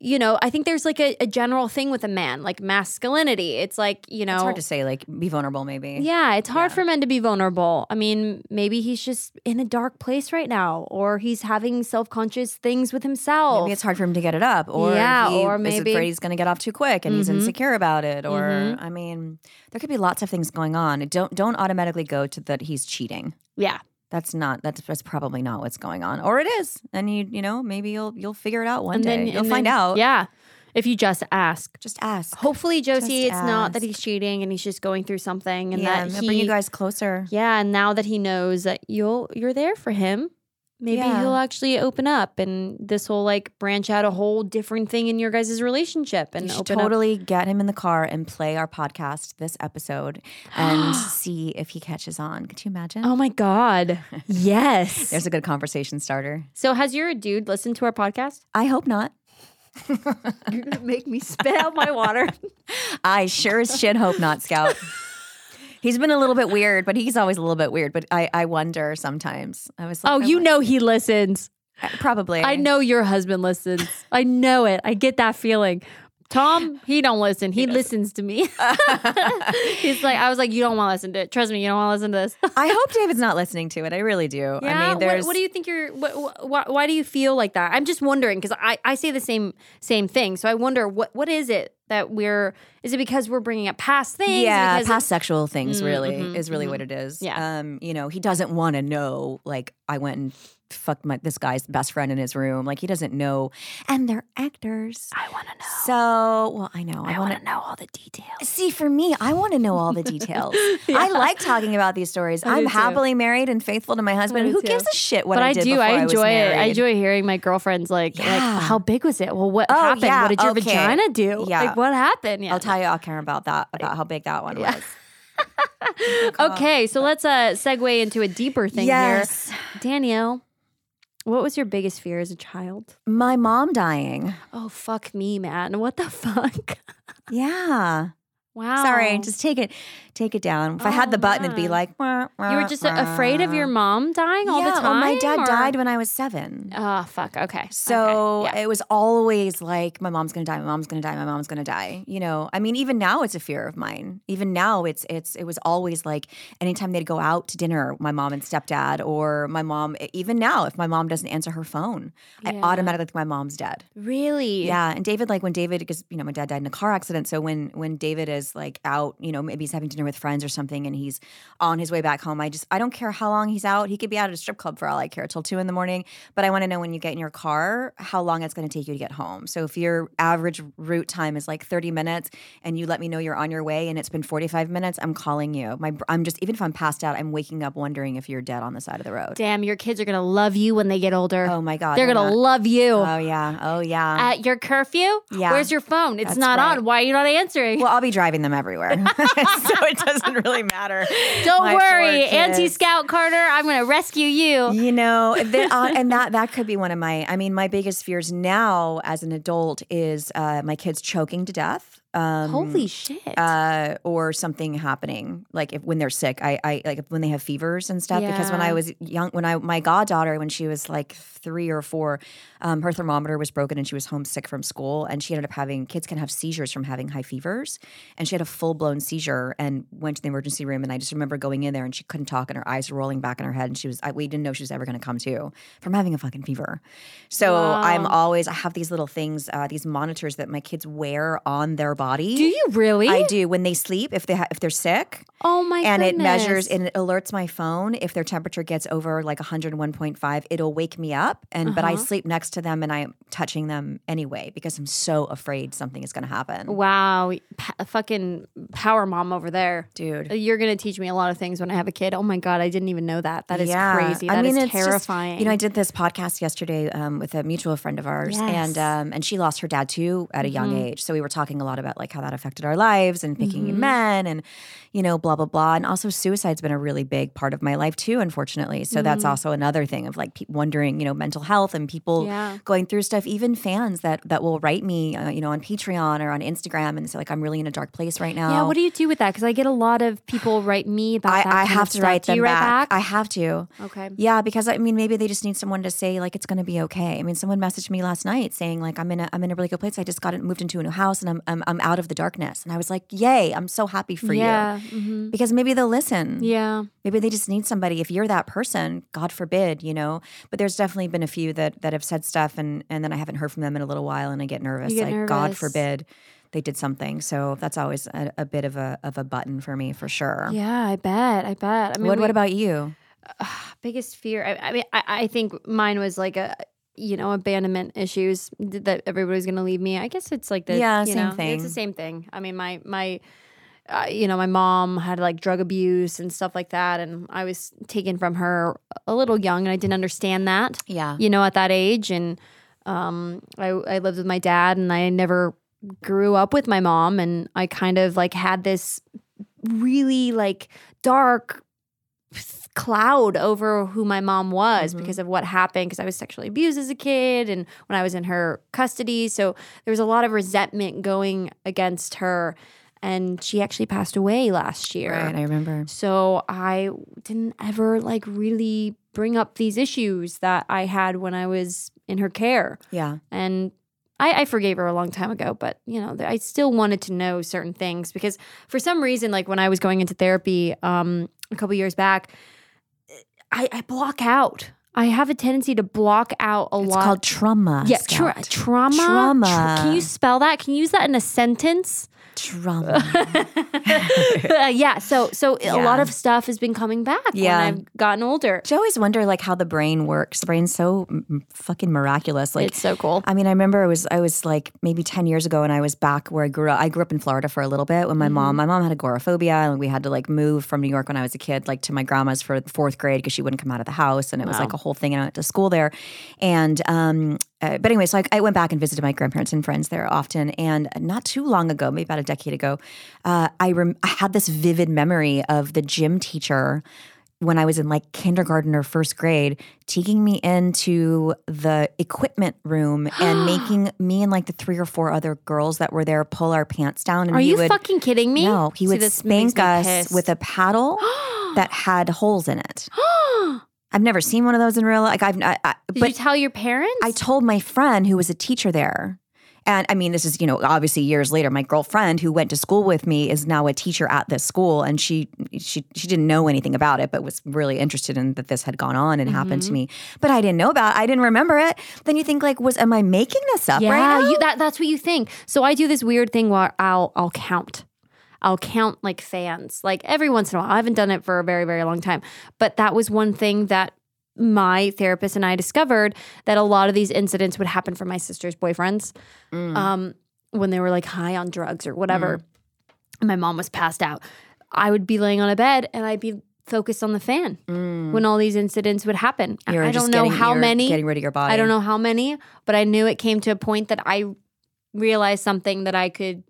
[SPEAKER 3] You know, I think there's like a, a general thing with a man, like masculinity. It's like, you know,
[SPEAKER 2] it's hard to say. Like, be vulnerable, maybe.
[SPEAKER 3] yeah, it's hard for men to be vulnerable. I mean, maybe he's just in a dark place right now, or he's having self conscious things with himself.
[SPEAKER 2] Maybe it's hard for him to get it up, or
[SPEAKER 3] Oh. Yeah,
[SPEAKER 2] he
[SPEAKER 3] or
[SPEAKER 2] is
[SPEAKER 3] maybe- Mm-hmm.
[SPEAKER 2] afraid he's going to get off too quick, and he's insecure about it. Or I mean, there could be lots of things going on. Don't don't automatically go to that he's cheating.
[SPEAKER 3] yeah.
[SPEAKER 2] That's not that's that's probably not what's going on, or it is, and you you know maybe you'll you'll figure it out one day. you'll
[SPEAKER 3] and
[SPEAKER 2] find
[SPEAKER 3] then-
[SPEAKER 2] out.
[SPEAKER 3] Yeah. If you just ask.
[SPEAKER 2] just ask.
[SPEAKER 3] Hopefully, Josie,
[SPEAKER 2] Just
[SPEAKER 3] it's not that
[SPEAKER 2] ask.
[SPEAKER 3] he's cheating and he's just going through something and
[SPEAKER 2] yeah,
[SPEAKER 3] that
[SPEAKER 2] it'll
[SPEAKER 3] he,
[SPEAKER 2] bring you guys closer.
[SPEAKER 3] Yeah, and now that he knows that you'll you're there for him, maybe
[SPEAKER 2] Yeah.
[SPEAKER 3] he'll actually open up and this will like branch out a whole different thing in your guys' relationship and
[SPEAKER 2] You should
[SPEAKER 3] open up.
[SPEAKER 2] totally get him in the car and play our podcast this episode and see if he catches on. Could you imagine?
[SPEAKER 3] Oh my god. yes.
[SPEAKER 2] There's a good conversation starter.
[SPEAKER 3] so has your dude listened to our podcast?
[SPEAKER 2] I hope not.
[SPEAKER 3] You're gonna make me spit out my water.
[SPEAKER 2] I sure as shit hope not, Scout. he's been a little bit weird, but he's always a little bit weird. But I, I wonder sometimes. I was like,
[SPEAKER 3] oh,
[SPEAKER 2] I
[SPEAKER 3] you
[SPEAKER 2] wonder-
[SPEAKER 3] know he listens.
[SPEAKER 2] probably.
[SPEAKER 3] I know your husband listens. I know it. I get that feeling. Tom, he don't listen. He, listens to me. He's like, I was like, you don't want to listen to it. Trust me, you don't want to listen to this.
[SPEAKER 2] I hope David's not listening to it. I really do. I mean,
[SPEAKER 3] what,
[SPEAKER 2] there's
[SPEAKER 3] what do you think? You're what, wh- why, why do you feel like that? I'm just wondering because I I say the same same thing. So I wonder what what is it that we're is it because we're bringing up past things?
[SPEAKER 2] yeah,
[SPEAKER 3] Because
[SPEAKER 2] past sexual things
[SPEAKER 3] Mm,
[SPEAKER 2] really
[SPEAKER 3] mhm,
[SPEAKER 2] is really what it is.
[SPEAKER 3] Yeah.
[SPEAKER 2] Um, you know, he doesn't want to know like I went and fucked my this guy's best friend in his room. Like he doesn't know and they're actors.
[SPEAKER 3] I want to know.
[SPEAKER 2] So, well, I know. I, want to
[SPEAKER 3] know all the details.
[SPEAKER 2] See, for me, I want to know all the details. I like talking about these stories.
[SPEAKER 3] I
[SPEAKER 2] I'm
[SPEAKER 3] do too.
[SPEAKER 2] happily married and faithful to my husband.
[SPEAKER 3] do
[SPEAKER 2] Who
[SPEAKER 3] too.
[SPEAKER 2] gives a shit what
[SPEAKER 3] but
[SPEAKER 2] I
[SPEAKER 3] I,
[SPEAKER 2] did
[SPEAKER 3] do.
[SPEAKER 2] before
[SPEAKER 3] I
[SPEAKER 2] I was
[SPEAKER 3] enjoy it. I
[SPEAKER 2] married?
[SPEAKER 3] enjoy hearing my girlfriends like,
[SPEAKER 2] Yeah.
[SPEAKER 3] like, how big was it? Well, what
[SPEAKER 2] Oh,
[SPEAKER 3] happened?
[SPEAKER 2] yeah,
[SPEAKER 3] What did your
[SPEAKER 2] okay.
[SPEAKER 3] vagina do?
[SPEAKER 2] Yeah.
[SPEAKER 3] Like, what happened? Yeah.
[SPEAKER 2] I'll tell you all, Karen, about that, about how big that one was.
[SPEAKER 3] Okay, so let's uh segue into a deeper thing
[SPEAKER 2] Yes.
[SPEAKER 3] here. Danielle, what was your biggest fear as a child?
[SPEAKER 2] My mom dying.
[SPEAKER 3] Oh fuck me, man. What the fuck?
[SPEAKER 2] Yeah.
[SPEAKER 3] Wow.
[SPEAKER 2] Sorry. Just take it, take it down. If I had the
[SPEAKER 3] Oh,
[SPEAKER 2] button, it'd be
[SPEAKER 3] man.
[SPEAKER 2] like, you
[SPEAKER 3] you were just uh, afraid of your mom dying all the time.
[SPEAKER 2] Well, my dad
[SPEAKER 3] or-
[SPEAKER 2] died when I was seven.
[SPEAKER 3] Oh fuck. Okay.
[SPEAKER 2] So
[SPEAKER 3] Okay, yeah.
[SPEAKER 2] it was always like, my mom's gonna die, my mom's gonna die, my mom's gonna die. You know, I mean, even now it's a fear of mine. Even now it's it's it was always like anytime they'd go out to dinner, my mom and stepdad, or my mom. Even now, if my mom doesn't answer her phone, I
[SPEAKER 3] Yeah.
[SPEAKER 2] automatically think my mom's dead.
[SPEAKER 3] really.
[SPEAKER 2] Yeah, and David, like when David, because you know my dad died in a car accident, so when when David is is like out, you know, maybe he's having dinner with friends or something and he's on his way back home. I just, I don't care how long he's out. He could be out at a strip club for all I care till two in the morning. But I want to know when you get in your car, how long it's going to take you to get home. So if your average route time is like 30 minutes and you let me know you're on your way and it's been 45 minutes, I'm calling you. My, br- I'm just, even if I'm passed out, I'm waking up wondering if you're dead on the side of the road.
[SPEAKER 3] Damn, your kids are gonna love you when they get older.
[SPEAKER 2] Oh my God.
[SPEAKER 3] They're gonna
[SPEAKER 2] not-
[SPEAKER 3] love you.
[SPEAKER 2] Oh yeah. Oh yeah.
[SPEAKER 3] At your curfew?
[SPEAKER 2] Yeah.
[SPEAKER 3] Where's your phone? It's
[SPEAKER 2] That's
[SPEAKER 3] not
[SPEAKER 2] right.
[SPEAKER 3] on. Why are you not answering?
[SPEAKER 2] Well, I'll be driving them everywhere. so it doesn't really matter.
[SPEAKER 3] Don't
[SPEAKER 2] My poor
[SPEAKER 3] worry, Auntie
[SPEAKER 2] kids.
[SPEAKER 3] Scout Carter, I'm gonna rescue you.
[SPEAKER 2] You know, the- uh, and that that could be one of my. I mean, my biggest fears now as an adult is uh, my kids choking to death. Um,
[SPEAKER 3] Holy shit.
[SPEAKER 2] uh, or something happening like if when they're sick i, I like if- when they have fevers and stuff because when
[SPEAKER 3] Yeah.
[SPEAKER 2] i was young when i my goddaughter when she was like three or four um, her thermometer was broken and she was homesick from school and she ended up having kids can have seizures from having high fevers and she had a full-blown seizure and went to the emergency room and i just remember going in there and she couldn't talk and her eyes were rolling back in her head and she was I, we didn't know she was ever going to come to from having a fucking fever so i'm always i have these little things uh, these monitors that my kids wear on their body
[SPEAKER 3] Do you really?
[SPEAKER 2] I do when they sleep if they ha- if they're sick.
[SPEAKER 3] oh my
[SPEAKER 2] and it measures
[SPEAKER 3] goodness.
[SPEAKER 2] and it alerts my phone if their temperature gets over like 101.5 it'll wake me up and but
[SPEAKER 3] Uh-huh.
[SPEAKER 2] I sleep next to them and I'm touching them anyway because I'm so afraid something is going to happen.
[SPEAKER 3] Wow, pa- fucking power mom over there.
[SPEAKER 2] Dude.
[SPEAKER 3] You're gonna teach me a lot of things when I have a kid. Oh my god, I didn't even know that. That is
[SPEAKER 2] Yeah.
[SPEAKER 3] crazy. That is
[SPEAKER 2] it's just-
[SPEAKER 3] terrifying.
[SPEAKER 2] you know, I did this podcast yesterday um, with a mutual friend of ours,
[SPEAKER 3] Yes. Mm-hmm.
[SPEAKER 2] and um, and she lost her dad too at a young age. So we were talking a lot about like how that affected our lives and picking men, and you know, blah blah blah. And also, suicide's been a really big part of my life too, unfortunately. So
[SPEAKER 3] Mm-hmm.
[SPEAKER 2] that's also another thing of like pe- wondering, you know, mental health and people
[SPEAKER 3] Yeah.
[SPEAKER 2] going through stuff. Even fans that that will write me, uh, you know, on Patreon or on Instagram, and say like, I'm really in a dark place right now.
[SPEAKER 3] yeah, what do you do with that? Because I get a lot of people write me about that.
[SPEAKER 2] I, I
[SPEAKER 3] kind of
[SPEAKER 2] have to
[SPEAKER 3] stuff.
[SPEAKER 2] write
[SPEAKER 3] Do
[SPEAKER 2] them
[SPEAKER 3] you write back.
[SPEAKER 2] I have to.
[SPEAKER 3] okay.
[SPEAKER 2] Yeah, because I mean, maybe they just need someone to say like it's going to be okay. I mean, someone messaged me last night saying like I'm in a I'm in a really good place. I just got it, moved into a new house and I'm I'm, I'm out of the darkness. And I was like, yay! I'm so happy for
[SPEAKER 3] yeah.
[SPEAKER 2] you
[SPEAKER 3] mhm.
[SPEAKER 2] because maybe they'll listen.
[SPEAKER 3] Yeah.
[SPEAKER 2] Maybe they just need somebody. If you're that person, God forbid, you know. But there's definitely been a few that that have said stuff and and then I haven't heard from them in a little while and I get nervous.
[SPEAKER 3] get
[SPEAKER 2] like God
[SPEAKER 3] nervous.
[SPEAKER 2] forbid they did something. So that's always a, a bit of a of a button for me for sure.
[SPEAKER 3] Yeah, I bet. I bet. I mean,
[SPEAKER 2] what, what
[SPEAKER 3] we-
[SPEAKER 2] about you?
[SPEAKER 3] biggest fear? I, I mean, I, I think mine was like a, you know, abandonment issues that everybody's going to leave me. I guess it's like the
[SPEAKER 2] Yeah,
[SPEAKER 3] you
[SPEAKER 2] same
[SPEAKER 3] know,
[SPEAKER 2] thing.
[SPEAKER 3] It's the same thing. I mean, my my, uh, you know, my mom had like drug abuse and stuff like that, and I was taken from her a little young, and I didn't understand that.
[SPEAKER 2] Yeah.
[SPEAKER 3] you know, at that age. And um, I, I lived with my dad and I never grew up with my mom. And I kind of like had this really like dark cloud over who my mom was
[SPEAKER 2] Mhm.
[SPEAKER 3] because of what happened because I was sexually abused as a kid and when I was in her custody. So there was a lot of resentment going against her. And she actually passed away last year.
[SPEAKER 2] Right, I remember.
[SPEAKER 3] So I didn't ever like really bring up these issues that I had when I was in her care.
[SPEAKER 2] Yeah.
[SPEAKER 3] And I, I forgave her a long time ago, but you know, I still wanted to know certain things because for some reason, like when I was going into therapy um, a couple years back, I, I block out. I have a tendency to block out a
[SPEAKER 2] It's
[SPEAKER 3] lot.
[SPEAKER 2] called trauma.
[SPEAKER 3] yeah, tra-
[SPEAKER 2] Scout.
[SPEAKER 3] trauma.
[SPEAKER 2] Trauma.
[SPEAKER 3] Tr- can you spell that? Can you use that in a sentence?
[SPEAKER 2] trauma.
[SPEAKER 3] Uh, yeah. So so a lot
[SPEAKER 2] Yeah.
[SPEAKER 3] of stuff has been coming back
[SPEAKER 2] Yeah.
[SPEAKER 3] when I've gotten older.
[SPEAKER 2] I always wonder like how the brain works. The brain's so m- fucking miraculous. Like
[SPEAKER 3] it's so cool.
[SPEAKER 2] I mean, I remember I was I was like maybe ten years ago, and I was back where I grew up. I grew up in Florida for a little bit when my mom my mom had agoraphobia, and we had to like move from New York when I was a kid, like to my grandma's for fourth grade because she wouldn't come out of the house, and it was like a whole thing. And I went to school there, and um, uh, but anyway, so I, I went back and visited my grandparents and friends there often, and not too long ago, maybe about a decade ago, uh, I rem- I had this vivid memory of the gym teacher when I was in like kindergarten or first grade, taking me into the equipment room and making me and like the three or four other girls that were there pull our pants down. And
[SPEAKER 3] Are
[SPEAKER 2] he
[SPEAKER 3] you
[SPEAKER 2] would,
[SPEAKER 3] fucking kidding me?
[SPEAKER 2] No, he
[SPEAKER 3] See,
[SPEAKER 2] would
[SPEAKER 3] this makes
[SPEAKER 2] spank
[SPEAKER 3] me
[SPEAKER 2] us
[SPEAKER 3] pissed.
[SPEAKER 2] with a paddle that had holes in it. I've never seen one of those in real life. Like I've, I, I,
[SPEAKER 3] Did
[SPEAKER 2] but
[SPEAKER 3] you tell your parents?
[SPEAKER 2] I told my friend who was a teacher there. And I mean, this is, you know, obviously years later, my girlfriend who went to school with me is now a teacher at this school. And she she she didn't know anything about it, but was really interested in that this had gone on and happened to
[SPEAKER 3] Mm-hmm.
[SPEAKER 2] me. But I didn't know about it. I didn't remember it. Then you think like, was am I making this up
[SPEAKER 3] yeah,
[SPEAKER 2] right now?
[SPEAKER 3] you, that that's what you think. So I do this weird thing where I'll I'll count. I'll count like fans, like every once in a while. I haven't done it for a very, very long time. But that was one thing that my therapist and I discovered that a lot of these incidents would happen from my sister's boyfriends
[SPEAKER 2] Mm.
[SPEAKER 3] um, when they were like high on drugs or whatever.
[SPEAKER 2] Mm.
[SPEAKER 3] And my mom was passed out. I would be laying on a bed and I'd be focused on the fan
[SPEAKER 2] Mm.
[SPEAKER 3] when all these incidents would happen. I-
[SPEAKER 2] You're
[SPEAKER 3] I
[SPEAKER 2] just
[SPEAKER 3] don't know
[SPEAKER 2] getting-
[SPEAKER 3] how
[SPEAKER 2] you're
[SPEAKER 3] many.
[SPEAKER 2] Getting rid of your body.
[SPEAKER 3] I don't know how many, but I knew it came to a point that I realized something that I could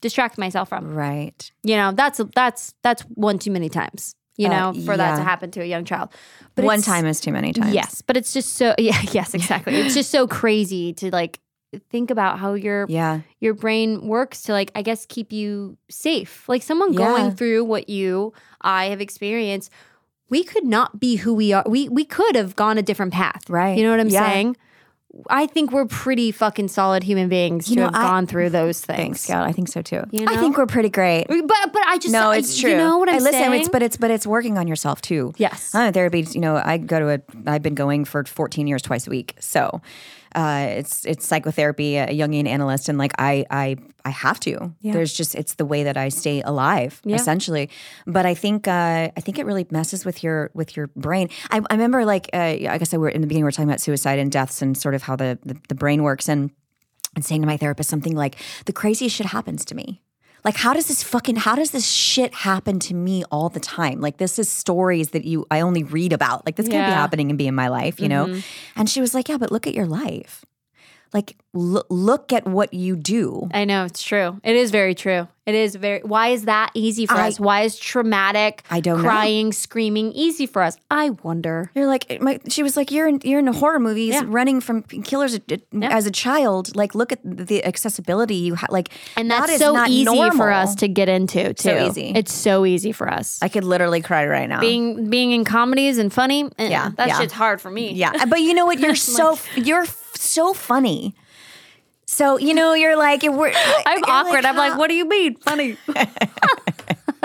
[SPEAKER 3] distract myself
[SPEAKER 2] Mm.
[SPEAKER 3] from.
[SPEAKER 2] Right.
[SPEAKER 3] You know, that's that's that's one too many times. You know,
[SPEAKER 2] Uh,
[SPEAKER 3] for that to
[SPEAKER 2] yeah.
[SPEAKER 3] happen to a young child.
[SPEAKER 2] But one
[SPEAKER 3] it's-
[SPEAKER 2] time is too many times.
[SPEAKER 3] Yes, but it's just so yeah, yes, exactly. it's just so crazy to like think about how your
[SPEAKER 2] Yeah.
[SPEAKER 3] your brain works to like I guess keep you safe. Like someone
[SPEAKER 2] Yeah.
[SPEAKER 3] going through what you I have experienced, we could not be who we are. We we could have gone a different path.
[SPEAKER 2] Right.
[SPEAKER 3] You know what I'm
[SPEAKER 2] Yeah.
[SPEAKER 3] saying? I think we're pretty fucking solid human beings
[SPEAKER 2] You
[SPEAKER 3] to
[SPEAKER 2] know,
[SPEAKER 3] have
[SPEAKER 2] I-
[SPEAKER 3] gone through those
[SPEAKER 2] Thanks,
[SPEAKER 3] things.
[SPEAKER 2] Scout. I think so too.
[SPEAKER 3] You
[SPEAKER 2] I
[SPEAKER 3] know?
[SPEAKER 2] think we're pretty great.
[SPEAKER 3] but but I just
[SPEAKER 2] no,
[SPEAKER 3] I-
[SPEAKER 2] it's true.
[SPEAKER 3] You know what I'm
[SPEAKER 2] I listen,
[SPEAKER 3] saying?
[SPEAKER 2] It's, but it's but it's working on yourself too.
[SPEAKER 3] yes.
[SPEAKER 2] I'm in therapy. You know, I go to a. I've been going for 14 years, twice a week. So, uh, it's it's psychotherapy, a Jungian analyst, and like I I I have to. There's just it's the way that I stay alive, essentially. But I think uh, I think it really messes with your with your brain. I, I remember like uh, I guess I were in the beginning we were talking about suicide and deaths and sort of how the the, the brain works and and saying to my therapist something like, the craziest shit happens to me. Like, how does this fucking, how does this shit happen to me all the time? Like, this is stories that you, I only read about. Like, this can't be
[SPEAKER 3] Yeah. Mm-hmm.
[SPEAKER 2] happening and be in my life, you know? And she was like, yeah, but look at your life. Like, lo- look at what you do.
[SPEAKER 3] I know it's true. It is very true. It is very. Why is that easy for
[SPEAKER 2] I-
[SPEAKER 3] us? Why is traumatic,
[SPEAKER 2] I don't know.
[SPEAKER 3] crying, screaming easy for us? I wonder.
[SPEAKER 2] You're like, eh, my, she was like, you're in, you're in horror movies,
[SPEAKER 3] Yeah.
[SPEAKER 2] running from killers eh, as a child. Like, look at the accessibility you have. Like,
[SPEAKER 3] And
[SPEAKER 2] that
[SPEAKER 3] that's
[SPEAKER 2] is
[SPEAKER 3] so
[SPEAKER 2] not
[SPEAKER 3] easy for
[SPEAKER 2] normal.
[SPEAKER 3] us to get into. Too.
[SPEAKER 2] So easy.
[SPEAKER 3] It's so easy for us.
[SPEAKER 2] I could literally cry right now.
[SPEAKER 3] being being in comedies and funny.
[SPEAKER 2] Yeah,
[SPEAKER 3] yeah, that
[SPEAKER 2] yeah.
[SPEAKER 3] shit's hard for me.
[SPEAKER 2] Yeah, uh, but you know what? You're so you're f- so funny. So you know you're like it, we're,
[SPEAKER 3] I'm awkward. I'm like, what do you mean funny?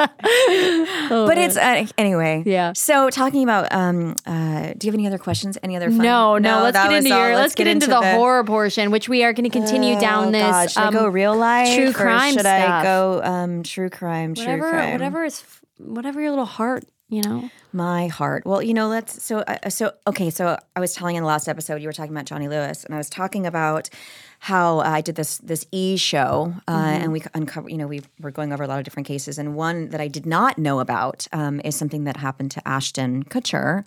[SPEAKER 2] But it's uh, anyway.
[SPEAKER 3] Yeah.
[SPEAKER 2] So talking about, um, uh, do you have any other questions? Any other? Fun?
[SPEAKER 3] No, no. let's
[SPEAKER 2] that
[SPEAKER 3] get
[SPEAKER 2] was
[SPEAKER 3] into
[SPEAKER 2] all.
[SPEAKER 3] your. Let's, get, into, the, horror portion, which we are going to continue down this.
[SPEAKER 2] God, Oh, should
[SPEAKER 3] um,
[SPEAKER 2] I go real life?
[SPEAKER 3] true
[SPEAKER 2] or
[SPEAKER 3] crime
[SPEAKER 2] Should I
[SPEAKER 3] stuff.
[SPEAKER 2] go um, true crime? true
[SPEAKER 3] whatever,
[SPEAKER 2] crime.
[SPEAKER 3] whatever is, f- whatever your little heart, you know.
[SPEAKER 2] My heart. Well, you know, let's. So, uh, so okay. So, I was telling in the last episode, you were talking about Johnny Lewis, and I was talking about how uh, I did this this E show, uh, and we uncovered. You know, we were going over a lot of different cases, and one that I did not know about um, is something that happened to Ashton Kutcher.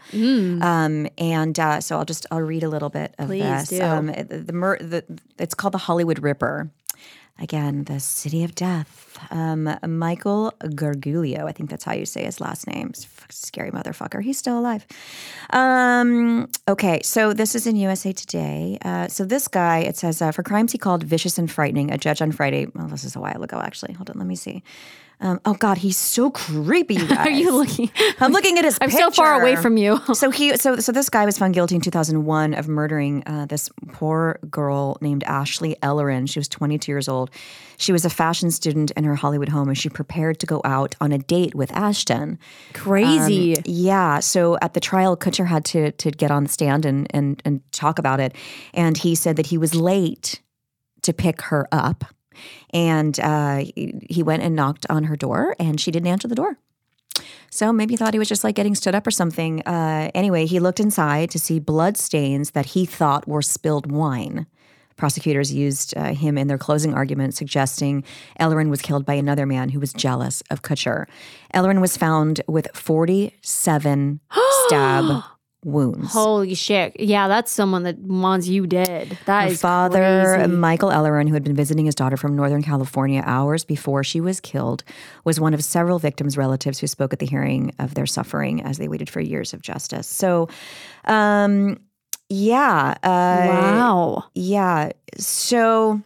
[SPEAKER 2] Um, and uh, so, I'll just I'll read a little bit of this.
[SPEAKER 3] do.
[SPEAKER 2] Um, the, the, mur- the it's called the Hollywood Ripper. Again, the city of death. Um, Michael Gargulio, I think that's how you say his last name. S- f- Scary motherfucker. He's still alive. Um, okay, so this is in USA Today. Uh, so this guy, it says, uh, for crimes he called vicious and frightening, a judge on Friday. Well, this is a while ago, actually. Hold on, let me see. Um, oh God, he's so creepy. You guys.
[SPEAKER 3] Are you looking?
[SPEAKER 2] I'm looking at his.
[SPEAKER 3] I'm so far away
[SPEAKER 2] picture.
[SPEAKER 3] from you.
[SPEAKER 2] So he, so so this guy was found guilty in 2001 of murdering uh, this poor girl named Ashley Ellerin. She was 22 years old. She was a fashion student in her Hollywood home, and she prepared to go out on a date with Ashton. Um,
[SPEAKER 3] Crazy.
[SPEAKER 2] Yeah. So at the trial, Kutcher had to to get on the stand and and and talk about it, and he said that he was late to pick her up, and uh, he he went and knocked on her door, and she didn't answer the door. So maybe he thought he was just like getting stood up or something. Uh, anyway, he looked inside to see blood stains that he thought were spilled wine. Prosecutors used uh, him in their closing argument, suggesting Ellerin was killed by another man who was jealous of Kutcher. Ellerin was found with 47 stab wounds.
[SPEAKER 3] Holy shit. Yeah, that's someone that wants you dead. That
[SPEAKER 2] Her
[SPEAKER 3] is
[SPEAKER 2] father,
[SPEAKER 3] crazy.
[SPEAKER 2] Michael Ellerin, who had been visiting his daughter from Northern California hours before she was killed, was one of several victims' relatives who spoke at the hearing of their suffering as they waited for years of justice. So, um, yeah. Uh,
[SPEAKER 3] Wow.
[SPEAKER 2] yeah. So,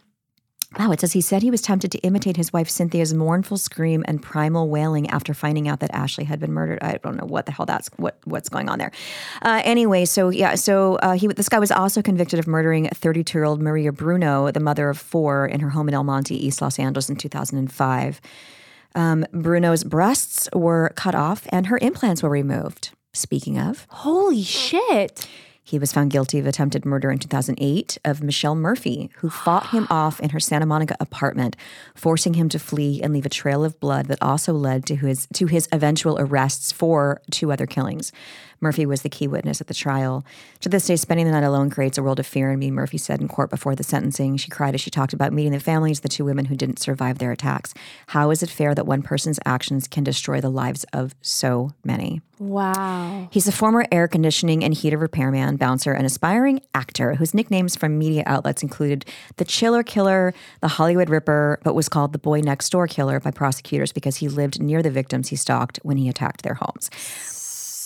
[SPEAKER 2] wow, it says he said he was tempted to imitate his wife Cynthia's mournful scream and primal wailing after finding out that Ashley had been murdered. I don't know what the hell that's what what's going on there. Uh, anyway, so yeah, so uh, he this guy was also convicted of murdering 32 year old Maria Bruno, the mother of four, in her home in El Monte, East Los Angeles, in 2005. Um, Bruno's breasts were cut off and her implants were removed. Speaking of,
[SPEAKER 3] Holy shit.
[SPEAKER 2] He was found guilty of attempted murder in 2008 of Michelle Murphy, who fought him off in her Santa Monica apartment, forcing him to flee and leave a trail of blood that also led to his to his eventual arrests for two other killings. Murphy was the key witness at the trial. To this day, spending the night alone creates a world of fear in me, Murphy said in court before the sentencing. She cried as she talked about meeting the families of the two women who didn't survive their attacks. How is it fair that one person's actions can destroy the lives of so many?
[SPEAKER 3] Wow.
[SPEAKER 2] He's a former air conditioning and heater repairman, bouncer, and aspiring actor whose nicknames from media outlets included the Chiller Killer, the Hollywood Ripper, but was called the Boy Next Door Killer by prosecutors because he lived near the victims he stalked when he attacked their homes.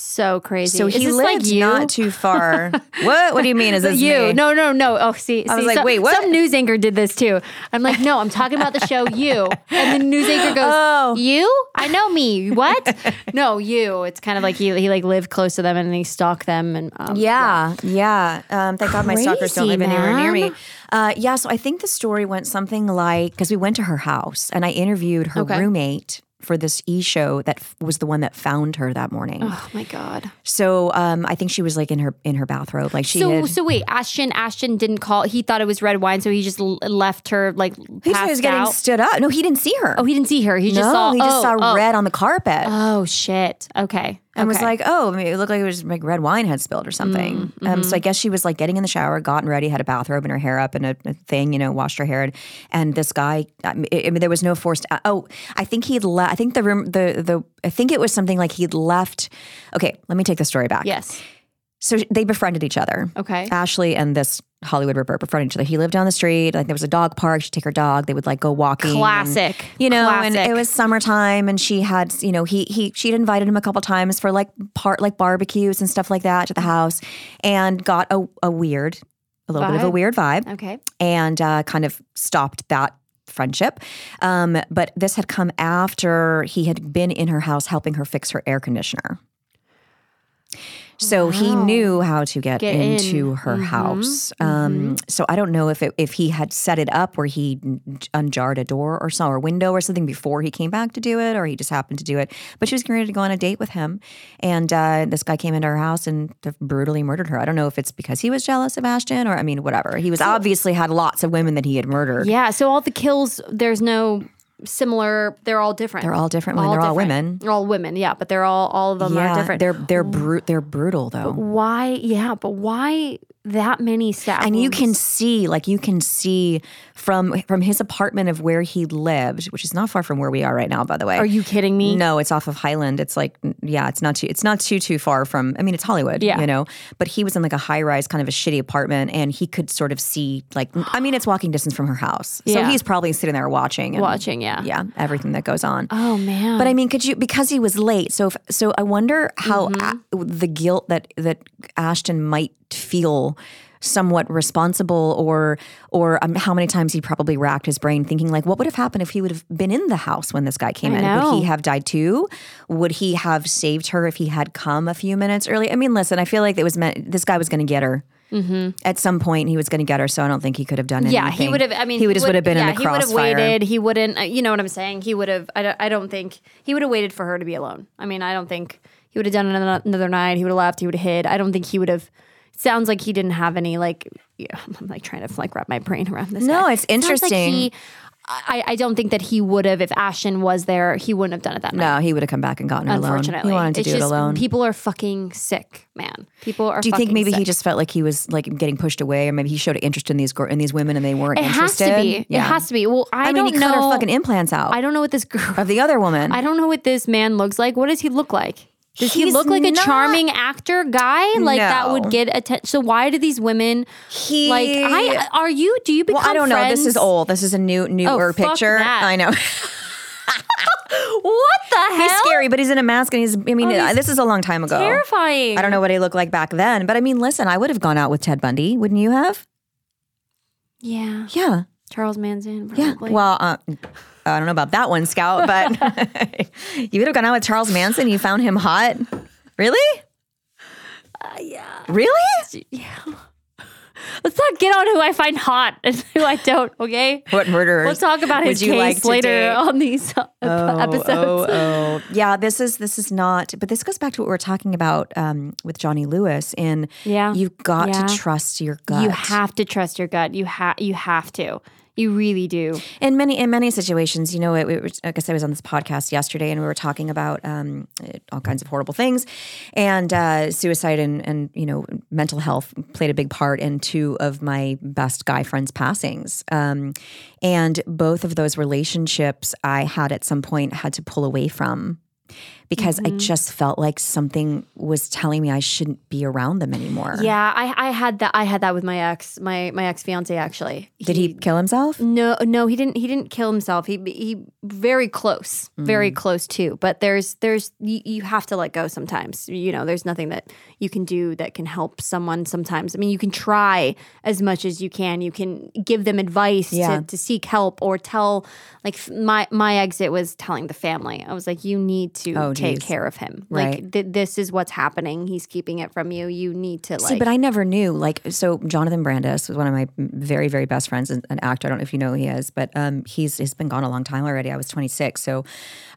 [SPEAKER 3] So crazy.
[SPEAKER 2] So
[SPEAKER 3] Is
[SPEAKER 2] he
[SPEAKER 3] this
[SPEAKER 2] lived
[SPEAKER 3] like you?
[SPEAKER 2] not too far. what? What do you mean? Is this
[SPEAKER 3] you?
[SPEAKER 2] me?
[SPEAKER 3] No, no, no. Oh, see,
[SPEAKER 2] I was
[SPEAKER 3] see,
[SPEAKER 2] like,
[SPEAKER 3] some-
[SPEAKER 2] wait, what?
[SPEAKER 3] Some news anchor did this too. I'm like, no, I'm talking about the show you, and the news anchor goes,
[SPEAKER 2] Oh.
[SPEAKER 3] you? I know me. What? no, you. It's kind of like he he like lived close to them and he stalked them and um,
[SPEAKER 2] Yeah, yeah. Um, thank God my stalkers don't
[SPEAKER 3] Crazy,
[SPEAKER 2] live anywhere near me.
[SPEAKER 3] man.
[SPEAKER 2] Uh, yeah, so I think the story went something like because we went to her house and I interviewed her
[SPEAKER 3] Okay.
[SPEAKER 2] roommate for this e show that f- was the one that found her that morning.
[SPEAKER 3] Oh my god.
[SPEAKER 2] So um, I think she was like in her in her bathrobe, like she
[SPEAKER 3] so
[SPEAKER 2] had.
[SPEAKER 3] so wait, Ashton Ashton didn't call. He thought it was red wine, so he just l- left her like
[SPEAKER 2] he
[SPEAKER 3] passed
[SPEAKER 2] was getting
[SPEAKER 3] out.
[SPEAKER 2] stood up. No, he didn't see her.
[SPEAKER 3] oh, he didn't see her. He
[SPEAKER 2] no,
[SPEAKER 3] just saw.
[SPEAKER 2] he just
[SPEAKER 3] oh,
[SPEAKER 2] saw
[SPEAKER 3] oh.
[SPEAKER 2] red on the carpet.
[SPEAKER 3] Oh shit. Okay.
[SPEAKER 2] and was
[SPEAKER 3] Okay. Mm,
[SPEAKER 2] like, "Oh, I mean, it looked like it was like red wine had spilled or something."
[SPEAKER 3] mm-hmm.
[SPEAKER 2] Um, so I guess she was like getting in the shower, gotten ready, had a bathrobe and her hair up and a, a thing, you know, washed her hair. And, and this guy, I mean, I mean, there was no forced. Oh, I think he'd left. I think the room, the the. I think it was something like he'd left. Okay, let me take the story back.
[SPEAKER 3] yes.
[SPEAKER 2] So they befriended each other.
[SPEAKER 3] Okay.
[SPEAKER 2] Ashley and this Hollywood Ripper befriended each other. He lived down the street. Like there was a dog park. She'd take her dog. They would like go walking. and-
[SPEAKER 3] Classic.
[SPEAKER 2] you know, and
[SPEAKER 3] Classic.
[SPEAKER 2] it was summertime, and she had, you know, he he she'd invited him a couple times for like part like barbecues and stuff like that to the house, and got a, a weird, a little bit of a
[SPEAKER 3] Vibe.
[SPEAKER 2] weird vibe,
[SPEAKER 3] okay.
[SPEAKER 2] and uh, kind of stopped that friendship. Um, but this had come after he had been in her house helping her fix her air conditioner. So he
[SPEAKER 3] Wow.
[SPEAKER 2] knew how to get,
[SPEAKER 3] Get in. Mm-hmm.
[SPEAKER 2] into her
[SPEAKER 3] Mhm.
[SPEAKER 2] house. Um, So I don't know if it, if he had set it up where he unjarred a door or saw a window or something before he came back to do it, or he just happened to do it. But she was getting ready to go on a date with him, and uh, this guy came into her house and brutally murdered her. I don't know if it's because he was jealous of Ashton or I mean whatever. He was obviously had lots of women that he had murdered.
[SPEAKER 3] Yeah. So all the kills, there's no similar. They're all different.
[SPEAKER 2] They're all different women. They're all
[SPEAKER 3] different.
[SPEAKER 2] women.
[SPEAKER 3] They're all women. Yeah, but they're all all of them
[SPEAKER 2] yeah,
[SPEAKER 3] are different.
[SPEAKER 2] they're they're brute. They're brutal though.
[SPEAKER 3] why? Yeah, but why that many staff?
[SPEAKER 2] and you can
[SPEAKER 3] wounds?
[SPEAKER 2] see like you can see from from his apartment of where he lived which is not far from where we are right now by the way
[SPEAKER 3] Are you kidding me?
[SPEAKER 2] no it's off of highland it's like n- yeah it's not too it's not too too far from i mean it's hollywood
[SPEAKER 3] Yeah.
[SPEAKER 2] you know but he was in like a high rise kind of a shitty apartment and he could sort of see like i mean it's walking distance from her house so
[SPEAKER 3] Yeah.
[SPEAKER 2] he's probably sitting there watching and,
[SPEAKER 3] Watching. Yeah.
[SPEAKER 2] yeah everything that goes on
[SPEAKER 3] Oh man.
[SPEAKER 2] but I mean, could you because he was late? So, if, so I wonder how
[SPEAKER 3] Mm-hmm.
[SPEAKER 2] a- the guilt that that Ashton might feel somewhat responsible, or or um, how many times he probably racked his brain thinking like, what would have happened if he would have been in the house when this guy came
[SPEAKER 3] I
[SPEAKER 2] in? Would
[SPEAKER 3] know.
[SPEAKER 2] he have died too? Would he have saved her if he had come a few minutes early? I mean, listen, I feel like it was meant. This guy was going to get her. At some point, he was going to get her, so I don't think he could have done anything.
[SPEAKER 3] Mm-hmm. yeah, he would have. I mean,
[SPEAKER 2] he would just would have been
[SPEAKER 3] yeah,
[SPEAKER 2] in the
[SPEAKER 3] He would have
[SPEAKER 2] crossfire.
[SPEAKER 3] waited. He wouldn't. uh, You know what I'm saying? He would have. I don't, I don't think he would have waited for her to be alone. I mean, I don't think he would have done another, another night. He would have left. He would have hid. I don't think he would have. Sounds like he didn't have any like. Yeah, I'm like trying to like wrap my brain around this.
[SPEAKER 2] No,
[SPEAKER 3] guy.
[SPEAKER 2] it's
[SPEAKER 3] Sounds like
[SPEAKER 2] interesting.
[SPEAKER 3] he- I, I don't think that he would have if Ashton was there. He wouldn't have done it that night.
[SPEAKER 2] No, he would have come back and gotten her alone.
[SPEAKER 3] Unfortunately,
[SPEAKER 2] He wanted to
[SPEAKER 3] It's
[SPEAKER 2] do it
[SPEAKER 3] just-
[SPEAKER 2] alone.
[SPEAKER 3] People are fucking sick, man. People are.
[SPEAKER 2] Do you think
[SPEAKER 3] fucking
[SPEAKER 2] maybe he
[SPEAKER 3] sick.
[SPEAKER 2] just felt like he was like getting pushed away, or maybe he showed interest in these gir- in these women and they weren't
[SPEAKER 3] It has
[SPEAKER 2] interested?
[SPEAKER 3] to be. It has to be. Well, I,
[SPEAKER 2] I, mean,
[SPEAKER 3] don't
[SPEAKER 2] he
[SPEAKER 3] know.
[SPEAKER 2] cut her fucking implants out
[SPEAKER 3] I don't know what this girl.
[SPEAKER 2] of the other woman.
[SPEAKER 3] I don't know what this man looks like. What does he look like? Does he
[SPEAKER 2] He's
[SPEAKER 3] look like a
[SPEAKER 2] not-
[SPEAKER 3] charming actor guy? Like that
[SPEAKER 2] No.
[SPEAKER 3] would get attention. So why do these women
[SPEAKER 2] he
[SPEAKER 3] like? I are you? Do you become?
[SPEAKER 2] well, I don't know. This
[SPEAKER 3] friends? Oh,
[SPEAKER 2] is old. This is a new newer
[SPEAKER 3] fuck
[SPEAKER 2] picture.
[SPEAKER 3] that.
[SPEAKER 2] I know.
[SPEAKER 3] What the hell? Oh,
[SPEAKER 2] he's scary, but he's in a mask and he's. I mean, uh,
[SPEAKER 3] he's
[SPEAKER 2] this is a long time ago.
[SPEAKER 3] Terrifying.
[SPEAKER 2] I don't know what he looked like back then, but I mean, listen, I would have gone out with Ted Bundy, wouldn't you have?
[SPEAKER 3] Yeah,
[SPEAKER 2] Yeah,
[SPEAKER 3] Charles Manson.
[SPEAKER 2] yeah.
[SPEAKER 3] Probably.
[SPEAKER 2] Well, uh, I don't know about that one, Scout, but you would have gone out with Charles Manson. You found him hot, really?
[SPEAKER 3] Uh, yeah,
[SPEAKER 2] Really?
[SPEAKER 3] yeah. Let's not get on who I find hot and who I don't. Okay.
[SPEAKER 2] What murderers?
[SPEAKER 3] We'll talk about his
[SPEAKER 2] would you like
[SPEAKER 3] case
[SPEAKER 2] to
[SPEAKER 3] later
[SPEAKER 2] date?
[SPEAKER 3] on these uh,
[SPEAKER 2] Oh,
[SPEAKER 3] episodes.
[SPEAKER 2] Oh, oh. yeah. This is this is not. But this goes back to what we were talking about um, with Johnny Lewis. In
[SPEAKER 3] Yeah.
[SPEAKER 2] you've got
[SPEAKER 3] Yeah.
[SPEAKER 2] to trust your gut.
[SPEAKER 3] You have to trust your gut. You have you have to. You really do.
[SPEAKER 2] in many in many situations. You know, it, it was- I guess I was on this podcast yesterday, and we were talking about um, eh, all kinds of horrible things, and uh, suicide and and you know mental health played a big part in two of my best guy friends' passings. Um, and both of those relationships, I had at some point had to pull away from because I just felt like something was telling me I shouldn't be around them anymore.
[SPEAKER 3] Yeah, I, I had that I had that with my ex, my my ex fiance actually.
[SPEAKER 2] Did he kill himself?
[SPEAKER 3] No, no, he didn't. He didn't kill himself. He he very close,
[SPEAKER 2] Mm.
[SPEAKER 3] very close too. But there's there's you, you have to let go sometimes. You know, there's nothing that you can do that can help someone. Sometimes, I mean, you can try as much as you can. You can give them advice
[SPEAKER 2] Yeah.
[SPEAKER 3] to, to seek help or tell. Like f- my my exit was telling the family. I was like, you need to
[SPEAKER 2] Oh,
[SPEAKER 3] take
[SPEAKER 2] geez.
[SPEAKER 3] care of him. Like
[SPEAKER 2] Right.
[SPEAKER 3] th- this is what's happening. He's keeping it from you. You need to like.
[SPEAKER 2] See, but I never knew. Like, so Jonathan Brandis was one of my very, very best friends, an an actor. I don't know if you know who he is, but um, he's he's been gone a long time already. I was 26, so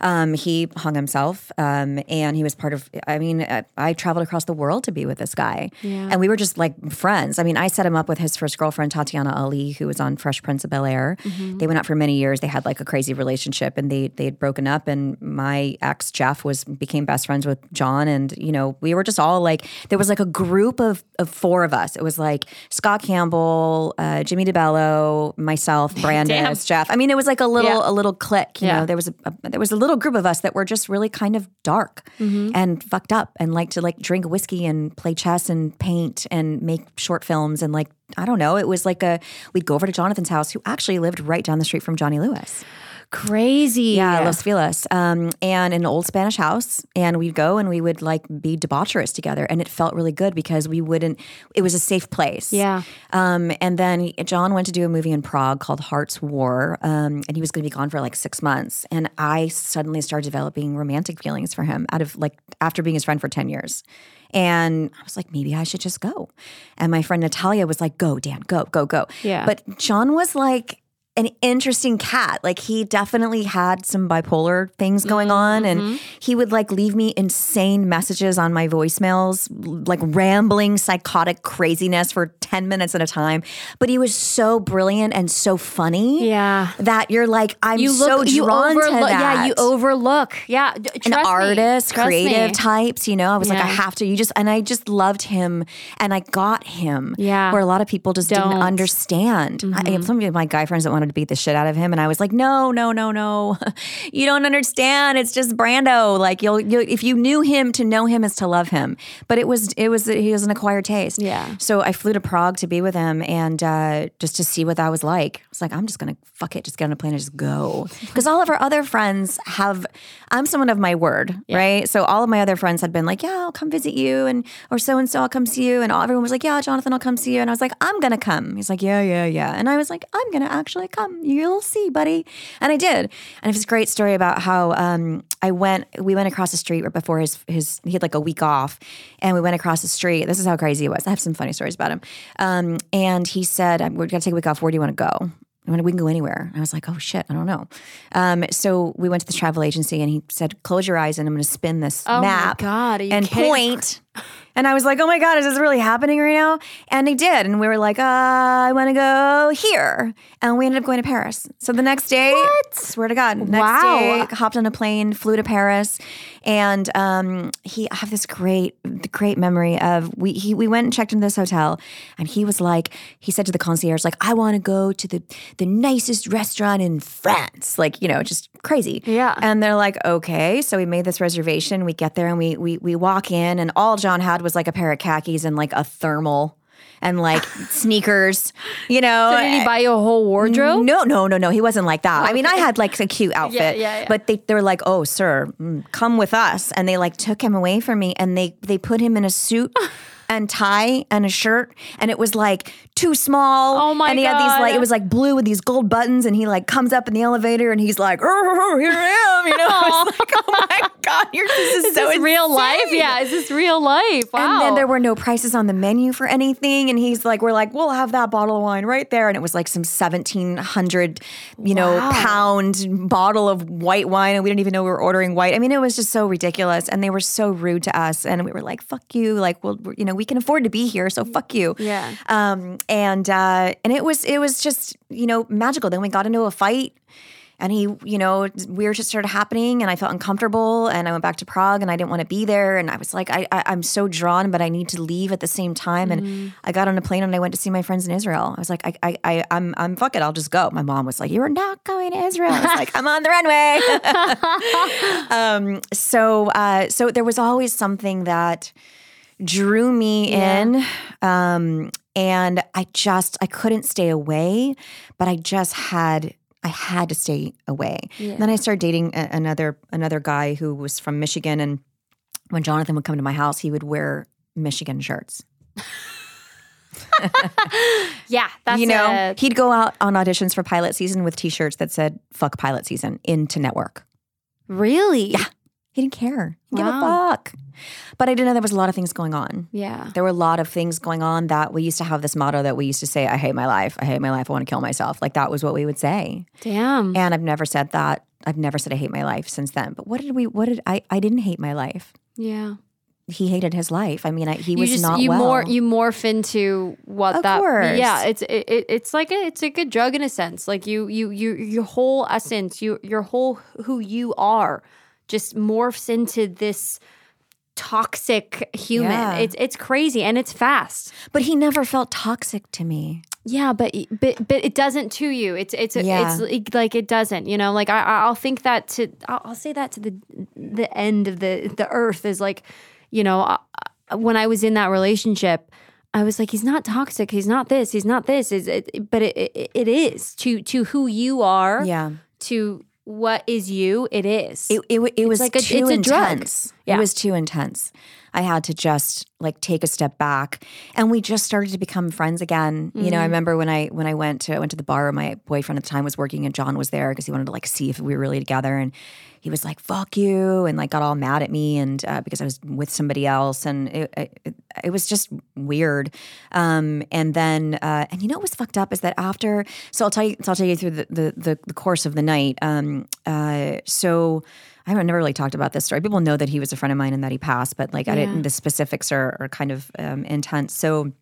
[SPEAKER 2] um, he hung himself, um, and he was part of. I mean, I, I traveled across the world to be with this guy, and we were just like friends. I mean, I set him up with his first girlfriend, Tatiana Ali, who was on Fresh Prince of Bel Air. They went out for many years. They had like a crazy relationship, and they they had broken up. And my ex Jeff was became best friends with John, and you know we were just all like there was like a group of of four of us. It was like Scott Campbell, uh, Jimmy DeBello, myself, Brandis, Jeff. I mean, it was like a little
[SPEAKER 3] Yeah.
[SPEAKER 2] a little clique. You
[SPEAKER 3] Yeah.
[SPEAKER 2] know, there was a, a- there was a little group of us that were just really kind of dark
[SPEAKER 3] Mm-hmm.
[SPEAKER 2] and fucked up, and like to like drink whiskey and play chess and paint and make short films and like. I don't know. It was like a we'd go over to Jonathan's house, who actually lived right down the street from Johnny Lewis.
[SPEAKER 3] crazy.
[SPEAKER 2] Yeah, Los Feliz, um, and an old Spanish house, and we'd go and we would like be debaucherous together, and it felt really good because we wouldn't. It was a safe place.
[SPEAKER 3] Yeah.
[SPEAKER 2] Um, and then John went to do a movie in Prague called Heart's War, um, and he was going to be gone for like six months, and I suddenly started developing romantic feelings for him out of like after being his friend for ten years. And I was like, maybe I should just go. And my friend Natalia was like, go, Dan, go, go, go.
[SPEAKER 3] Yeah.
[SPEAKER 2] But John was like an interesting cat. Like he definitely had some bipolar things going on
[SPEAKER 3] Mm-hmm.
[SPEAKER 2] and he would like leave me insane messages on my voicemails, like rambling psychotic craziness for 10 minutes at a time. But he was so brilliant and so funny.
[SPEAKER 3] Yeah.
[SPEAKER 2] That you're like I'm
[SPEAKER 3] you
[SPEAKER 2] so
[SPEAKER 3] look you
[SPEAKER 2] drawn to
[SPEAKER 3] overlook
[SPEAKER 2] that.
[SPEAKER 3] yeah you overlook yeah d-
[SPEAKER 2] an
[SPEAKER 3] trust me.
[SPEAKER 2] artist,
[SPEAKER 3] Trust me.
[SPEAKER 2] creative types, you know. I was like, I
[SPEAKER 3] Yeah.
[SPEAKER 2] have to. You just and I just loved him, and I got him.
[SPEAKER 3] Yeah.
[SPEAKER 2] where a lot of people just
[SPEAKER 3] Don't. Mm-hmm.
[SPEAKER 2] didn't understand. I, some of my guy friends that wanted to beat the shit out of him, and I was like, no, no, no, no, you don't understand. It's just Brando. Like you'll, you'll if you knew him, to know him is to love him. But it was it was he was an acquired taste.
[SPEAKER 3] Yeah.
[SPEAKER 2] So I flew to Prague to be with him and uh, just to see what that was like. I was like, I'm just gonna fuck it, just get on a plane and just go. Because all of our other friends have, I'm someone of my word, right? So all of my other friends had been like, yeah, I'll come visit you, and or so and so, I'll come see you, and all, everyone was like, yeah, Jonathan, I'll come see you, and I was like, I'm gonna come. He's like, yeah, yeah, yeah, and I was like, I'm gonna actually come. You'll see, buddy, and I did. And it's this great story about how um, I went. We went across the street right before his his he had like a week off, and we went across the street. This is how crazy he was. I have some funny stories about him. Um, and he said, "We're gonna take a week off. Where do you want to go?" I went, we can go anywhere. And I was like, oh shit, I don't know. Um, so we went to the travel agency and he said, close your eyes and I'm going to spin this
[SPEAKER 3] Oh my
[SPEAKER 2] map
[SPEAKER 3] God, are you
[SPEAKER 2] and
[SPEAKER 3] kidding?
[SPEAKER 2] point. And I was like, oh my God, is this really happening right now? And he did. And we were like, uh, I want to go here. And we ended up going to Paris. So the next day, swear to God, next
[SPEAKER 3] Wow.
[SPEAKER 2] day, hopped on a plane, flew to Paris, and um, he. I have this great, great memory of we. He, we went and checked into this hotel, and he was like, he said to the concierge, like, I want to go to the the nicest restaurant in France, like you know, just crazy.
[SPEAKER 3] Yeah.
[SPEAKER 2] And they're like, okay, so we made this reservation. We get there and we we we walk in, and all John had was like a pair of khakis and like a thermal. And like sneakers, you know.
[SPEAKER 3] So did he buy you a whole wardrobe
[SPEAKER 2] No, no, no, no. He wasn't like that. I mean, I had like a cute outfit,
[SPEAKER 3] yeah, yeah.
[SPEAKER 2] but they they were like, "Oh, sir, mm, come with us," and they like took him away from me, and they they put him in a suit. And tie and a shirt, and it was like too small.
[SPEAKER 3] Oh, my
[SPEAKER 2] And he had these like
[SPEAKER 3] God.
[SPEAKER 2] it was like blue with these gold buttons, and he like comes up in the elevator, and he's like, "Rrr, rrr, "Here I am," you know. I was like, "Oh my "Oh god, you're, this is, so
[SPEAKER 3] this real life? Yeah, is this real life? Wow.
[SPEAKER 2] And then there were no prices on the menu for anything. And he's like, we're like, we'll have that bottle of wine right there. And it was like some 1700, you know, pound bottle of white wine. And we didn't even know we were ordering white. I mean, it was just so ridiculous. And they were so rude to us. And we were like, fuck you. Like, well, we're- you know, we can afford to be here. So fuck you.
[SPEAKER 3] Yeah.
[SPEAKER 2] Um, and, uh, and it was, it was just, you know, magical. Then we got into a fight and he, you know, weird shit started happening, and I felt uncomfortable, and I went back to Prague, and I didn't want to be there, and I was like, I, I I'm so drawn, but I need to leave at the same time, and I got on a plane and I went to see my friends in Israel. I was like, I, I, I I'm, I'm fuck it, I'll just go. My mom was like, you are not going to Israel. I was like, I'm on the runway. um, so, uh, so there was always something that drew me in um and i just i couldn't stay away but i just had i had to stay away And then i started dating a- another another guy who was from michigan and when jonathan would come to my house he would wear michigan shirts
[SPEAKER 3] yeah, that's
[SPEAKER 2] you know
[SPEAKER 3] a-
[SPEAKER 2] he'd go out on auditions for pilot season with t-shirts that said fuck pilot season into network
[SPEAKER 3] really. Yeah.
[SPEAKER 2] he didn't care He didn't give a
[SPEAKER 3] Wow.
[SPEAKER 2] fuck but i didn't know there was a lot of things going on
[SPEAKER 3] Yeah.
[SPEAKER 2] There were a lot of things going on that we used to have this motto that we used to say, I hate my life. I hate my life. I want to kill myself. Like that was what we would say.
[SPEAKER 3] Damn.
[SPEAKER 2] And I've never said that. I've never said I hate my life since then. But what did we, what did I, I didn't hate my life.
[SPEAKER 3] Yeah.
[SPEAKER 2] He hated his life. I mean, I, he was
[SPEAKER 3] you just,
[SPEAKER 2] not
[SPEAKER 3] you
[SPEAKER 2] well.
[SPEAKER 3] More, you morph into what
[SPEAKER 2] Of
[SPEAKER 3] that.
[SPEAKER 2] course.
[SPEAKER 3] Yeah, it's it, it, it's like a it's like a drug in a sense. Like you you you your whole essence, you your whole who you are, just morphs into this toxic human.
[SPEAKER 2] Yeah.
[SPEAKER 3] It's it's crazy and it's fast.
[SPEAKER 2] but he never felt toxic to me.
[SPEAKER 3] Yeah, but but but it doesn't to you. It's it's
[SPEAKER 2] Yeah.
[SPEAKER 3] it's like- like it doesn't. You know, like I I- I'll think that to I'll, I'll say that to the the end of the the earth is like, you know, I- I- when I was in that relationship, I was like, he's not toxic. He's not this. He's not this. Is it? But it, it it is to to who you are.
[SPEAKER 2] Yeah.
[SPEAKER 3] To what is you? It is.
[SPEAKER 2] It, it, it was
[SPEAKER 3] like a-
[SPEAKER 2] too
[SPEAKER 3] it's a drug.
[SPEAKER 2] intense.
[SPEAKER 3] Yeah.
[SPEAKER 2] It was too intense. I had to just like take a step back, and we just started to become friends again. You know, I
[SPEAKER 3] Mm.
[SPEAKER 2] remember when I when I went to I went to the bar. My boyfriend at the time was working, and John was there because he wanted to like see if we were really together. And he was like, "Fuck you," and like got all mad at me, and uh, because I was with somebody else, and it it, it was just weird. Um, and then uh, and you know what was fucked up is that after. So I'll tell you. So I'll tell you through the the the, the course of the night. Um, uh, so. I haven't never really talked about this story. People know that he was a friend of mine and that he passed, but like I didn't. The specifics are, are kind of um, intense. So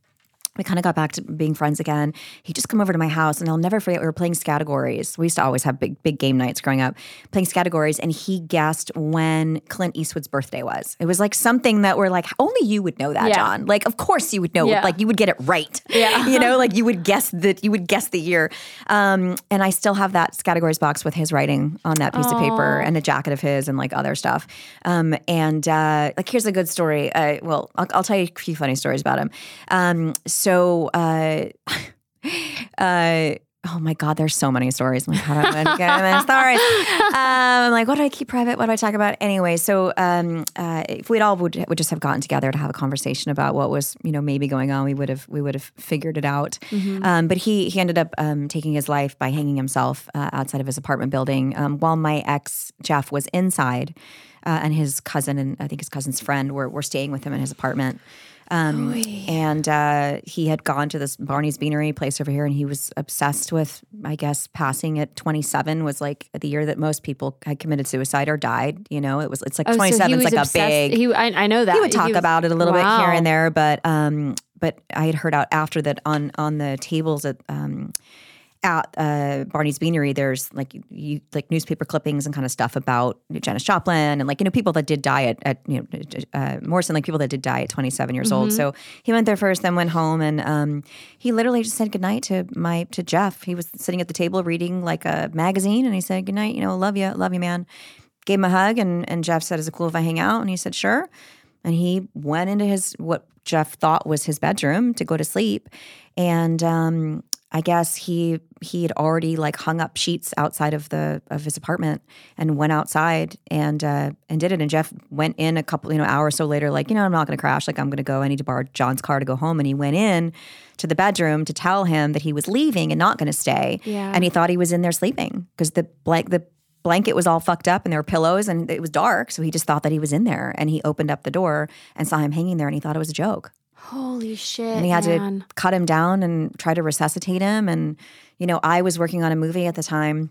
[SPEAKER 2] we kind of got back to being friends again. He just come over to my house, and I'll never forget. We were playing categories. We used to always have big, big game nights growing up, playing categories. And he guessed when Clint Eastwood's birthday was. It was like something that we're like, only you would know that,
[SPEAKER 3] Yeah.
[SPEAKER 2] John. Like, of course you would know.
[SPEAKER 3] Yeah.
[SPEAKER 2] Like, you would get it right. Yeah, you know, like you would guess that you would guess the year. Um, and I still have that categories box with his writing on that piece of paper and a jacket of his and like other stuff. Um, and uh, like here's a good story. Uh, well, I'll, I'll tell you a few funny stories about him. Um, so. Uh, uh, oh my God, there's so many stories. I'm like, how do I get them stories? Um, I'm like, what do I keep private? What do I talk about? Anyway, so um, uh, if we'd all would, would just have gotten together to have a conversation about what was, you know, maybe going on, we would have we would have figured it out. Um, but he he ended up um, taking his life by hanging himself uh, outside of his apartment building um, while my ex Jeff was inside. Uh, and his cousin and I think his cousin's friend were, were staying with him in his apartment. Um, and uh, he had gone to this Barney's Beanery place over here, and he was obsessed with, I guess, passing at 27 was like the year that most people had committed suicide or died. You know, it was it's like
[SPEAKER 3] Oh, so he
[SPEAKER 2] 27 is
[SPEAKER 3] was
[SPEAKER 2] like
[SPEAKER 3] obsessed-
[SPEAKER 2] a big.
[SPEAKER 3] He, I, I know that
[SPEAKER 2] he would talk
[SPEAKER 3] was-
[SPEAKER 2] about it a little bit here
[SPEAKER 3] Wow.
[SPEAKER 2] and there, but um, but I had heard out after that on on the tables at um, at uh, Barney's Beanery, there's like you like newspaper clippings and kind of stuff about Janis Joplin and like you know people that did die at, at you know uh, Morrison, like people that did die at 27 years old. So he went there first, then went home, and um, he literally just said goodnight to my to Jeff. He was sitting at the table reading like a magazine, and he said goodnight, you know, love you, love you, man. Gave him a hug, and and Jeff said, "Is it cool if I hang out?" And he said, "Sure." And he went into his what Jeff thought was his bedroom to go to sleep, and um, I guess he he had already like hung up sheets outside of the of his apartment and went outside and uh, and did it. And Jeff went in a couple you know hour or so later, like you know I'm not going to crash, like I'm going to go. I need to borrow John's car to go home, and he went in to the bedroom to tell him that he was leaving and not going to stay.
[SPEAKER 3] Yeah.
[SPEAKER 2] and he thought he was in there sleeping because the blank the blanket was all fucked up and there were pillows and it was dark. So he just thought that he was in there and he opened up the door and saw him hanging there and he thought it was a joke.
[SPEAKER 3] Holy shit.
[SPEAKER 2] And he had
[SPEAKER 3] man.
[SPEAKER 2] to cut him down and try to resuscitate him. And, you know, I was working on a movie at the time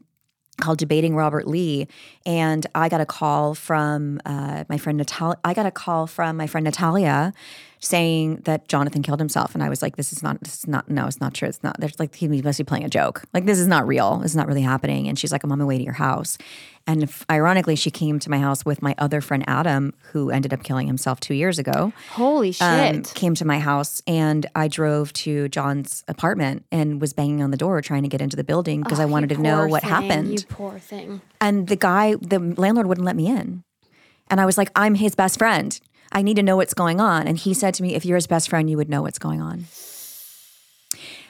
[SPEAKER 2] called Debating Robert Lee. And I got a call from uh, my friend Natalia. I got a call from my friend Natalia saying that Jonathan killed himself. And I was like, this is not, this is not, no, it's not true. It's not, there's like, he must be playing a joke. Like, this is not real. It's not really happening. And she's like, I'm on my way to your house. And f- ironically, she came to my house with my other friend Adam, who ended up killing himself two years ago
[SPEAKER 3] Holy shit.
[SPEAKER 2] um, came to my house and I drove to John's apartment and was banging on the door trying to get into the building because I wanted to know
[SPEAKER 3] Oh, Poor
[SPEAKER 2] what
[SPEAKER 3] thing,
[SPEAKER 2] happened.
[SPEAKER 3] You poor thing.
[SPEAKER 2] And the guy, the landlord wouldn't let me in. And I was like, I'm his best friend. I need to know what's going on. And he said to me, If you're his best friend, you would know what's going on.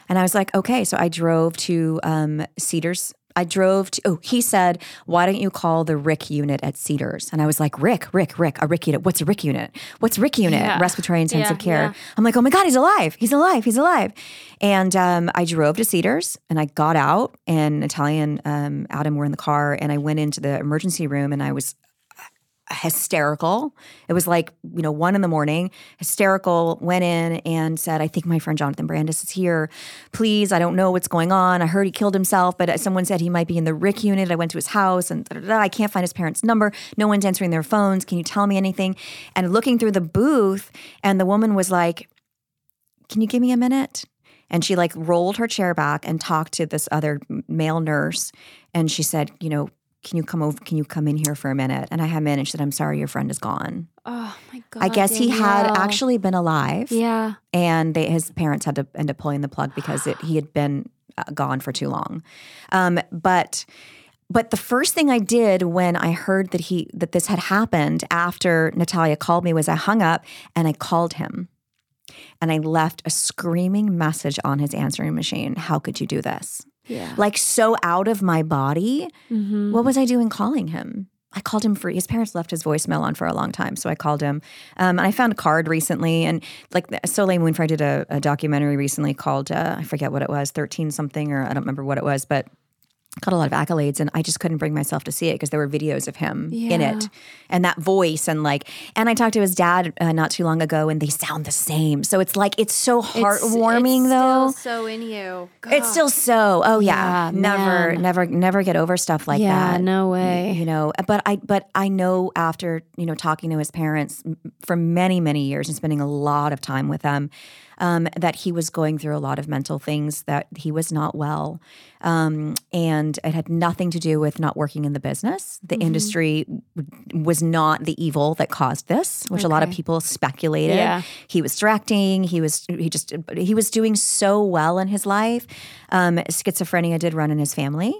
[SPEAKER 2] And I was like, Okay. So I drove to um, Cedars. I drove to, oh, he said, Why don't you call the Rick unit at Cedars? And I was like, Rick, Rick, Rick, a Rick unit. What's a Rick unit? What's Rick unit?
[SPEAKER 3] Yeah.
[SPEAKER 2] Respiratory intensive
[SPEAKER 3] Yeah,
[SPEAKER 2] care.
[SPEAKER 3] yeah.
[SPEAKER 2] I'm like, oh my God, he's alive. He's alive. He's alive. And um, I drove to Cedars and I got out, and Natalia and um, Adam were in the car, and I went into the emergency room and I was hysterical. It was like, you know, one in the morning, hysterical, went in and said, I think my friend Jonathan Brandis is here. Please, I don't know what's going on. I heard he killed himself, but uh, someone said he might be in the RIC unit. I went to his house and da, da, da, I can't find his parents' number. No one's answering their phones. Can you tell me anything? And looking through the booth, and the woman was like, can you give me a minute? And she like rolled her chair back and talked to this other m- male nurse. And she said, you know, can you come over? Can you come in here for a minute? And I had in and she said, I'm sorry, your friend is gone.
[SPEAKER 3] Oh my god.
[SPEAKER 2] I guess he had
[SPEAKER 3] Danielle.
[SPEAKER 2] actually been alive.
[SPEAKER 3] Yeah.
[SPEAKER 2] And they, his parents had to end up pulling the plug because it, he had been uh, gone for too long. Um, but but the first thing I did when I heard that he that this had happened after Natalia called me was I hung up and I called him and I left a screaming message on his answering machine. How could you do this?
[SPEAKER 3] Yeah.
[SPEAKER 2] Like so out of my body.
[SPEAKER 3] Mhm.
[SPEAKER 2] What was I doing calling him? I called him for his parents left his voicemail on for a long time, so I called him. Um, and I found a card recently, and like the- Soleil Moonfry did a, a documentary recently called uh, I forget what it was, thirteen something, or I don't remember what it was, but got a lot of accolades, and I just couldn't bring myself to see it because there were videos of him in
[SPEAKER 3] Yeah.
[SPEAKER 2] it, and that voice, and like, and I talked to his dad uh, not too long ago, and they sound the same, so it's like it's so
[SPEAKER 3] It's-
[SPEAKER 2] heartwarming
[SPEAKER 3] it's
[SPEAKER 2] though.
[SPEAKER 3] Still so in you.
[SPEAKER 2] It's still so. Oh yeah,
[SPEAKER 3] Yeah,
[SPEAKER 2] never,
[SPEAKER 3] man.
[SPEAKER 2] never, never get over stuff like
[SPEAKER 3] yeah.
[SPEAKER 2] that.
[SPEAKER 3] No way.
[SPEAKER 2] You know, uh, but I, but I know after you know talking to his parents m- for many, many years and spending a lot of time with them, um, that he was going through a lot of mental things that he was not well, um, and it had nothing to do with not working in the business.
[SPEAKER 3] Mm-hmm.
[SPEAKER 2] The industry w- was not the evil that caused this, which a lot of
[SPEAKER 3] Okay.
[SPEAKER 2] people speculated
[SPEAKER 3] Yeah.
[SPEAKER 2] he was directing he was he just he was doing so well in his life um, schizophrenia did run in his family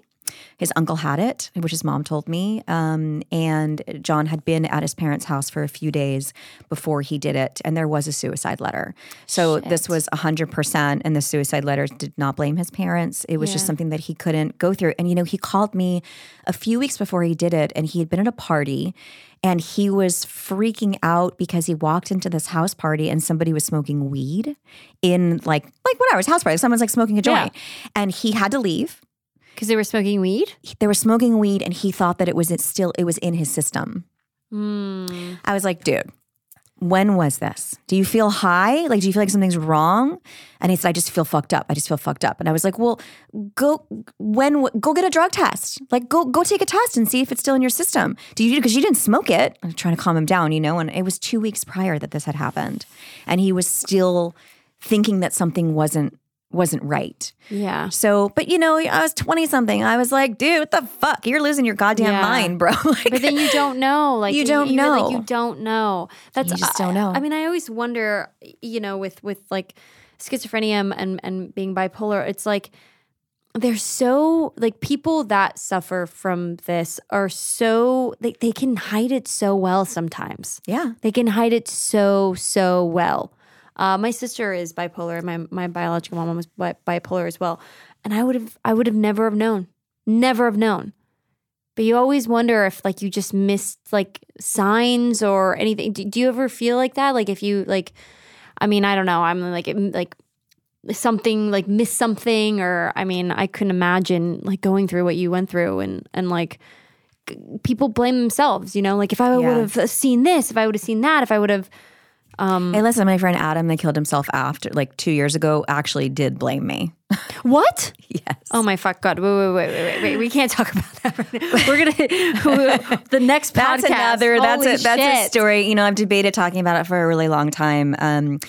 [SPEAKER 2] his uncle had it which his mom told me um, and john had been at his parents house for a few days before he did it and there was a suicide letter so this was 100% and the suicide letter did not blame his parents it was just something that he couldn't go through and you know he called me a few weeks before he did it and he had been at a party and he was freaking out because he walked into this house party and somebody was smoking weed in like like whatever it's house party someone's like smoking a joint and he had to leave
[SPEAKER 3] Because they were smoking weed.
[SPEAKER 2] they were smoking weed and he thought that it was it still it was in his system
[SPEAKER 3] Mm.
[SPEAKER 2] i was like dude when was this do you feel high like do you feel like something's wrong and he said i just feel fucked up i just feel fucked up and i was like well go when w- go get a drug test like go go take a test and see if it's still in your system do you because you didn't smoke it i'm trying to calm him down you know and it was two weeks prior that this had happened and he was still thinking that something wasn't wasn't right
[SPEAKER 3] Yeah.
[SPEAKER 2] so, but you know, I was 20 something. I was like, dude, what the fuck? You're losing your goddamn
[SPEAKER 3] Yeah.
[SPEAKER 2] mind, bro. Like,
[SPEAKER 3] But then you don't know. Like
[SPEAKER 2] You don't
[SPEAKER 3] you're Like,
[SPEAKER 2] know.
[SPEAKER 3] you don't know. That's
[SPEAKER 2] You just
[SPEAKER 3] I-
[SPEAKER 2] don't know.
[SPEAKER 3] I mean, I always wonder. You know, with with like schizophrenia and and being bipolar, it's like they're so like people that suffer from this are so they, they can hide it so well sometimes.
[SPEAKER 2] yeah.
[SPEAKER 3] They can hide it so so well. Uh, my sister is bipolar. My my biological mom was bi- bipolar as well, and I would have I would have never have known, never have known. But you always wonder if like you just missed like signs or anything. Do, do you ever feel like that? Like if you like, I mean, I don't know. I'm like it- like something like miss something or I mean, I couldn't imagine like going through what you went through and and like people blame themselves, you know? Like if I
[SPEAKER 2] Yeah.
[SPEAKER 3] would have seen this, if I would have seen that, if I would have um
[SPEAKER 2] Hey, listen, my friend Adam that killed himself after like two years ago actually did blame me.
[SPEAKER 3] what?
[SPEAKER 2] Yes.
[SPEAKER 3] Oh my fuck god. Wait, wait, wait, wait, wait, wait. We can't talk about that right now. We're gonna the next
[SPEAKER 2] That's
[SPEAKER 3] podcast.
[SPEAKER 2] another. That's
[SPEAKER 3] Holy
[SPEAKER 2] a that's a
[SPEAKER 3] shit.
[SPEAKER 2] story. You know, I've debated talking about it for a really long time. Um,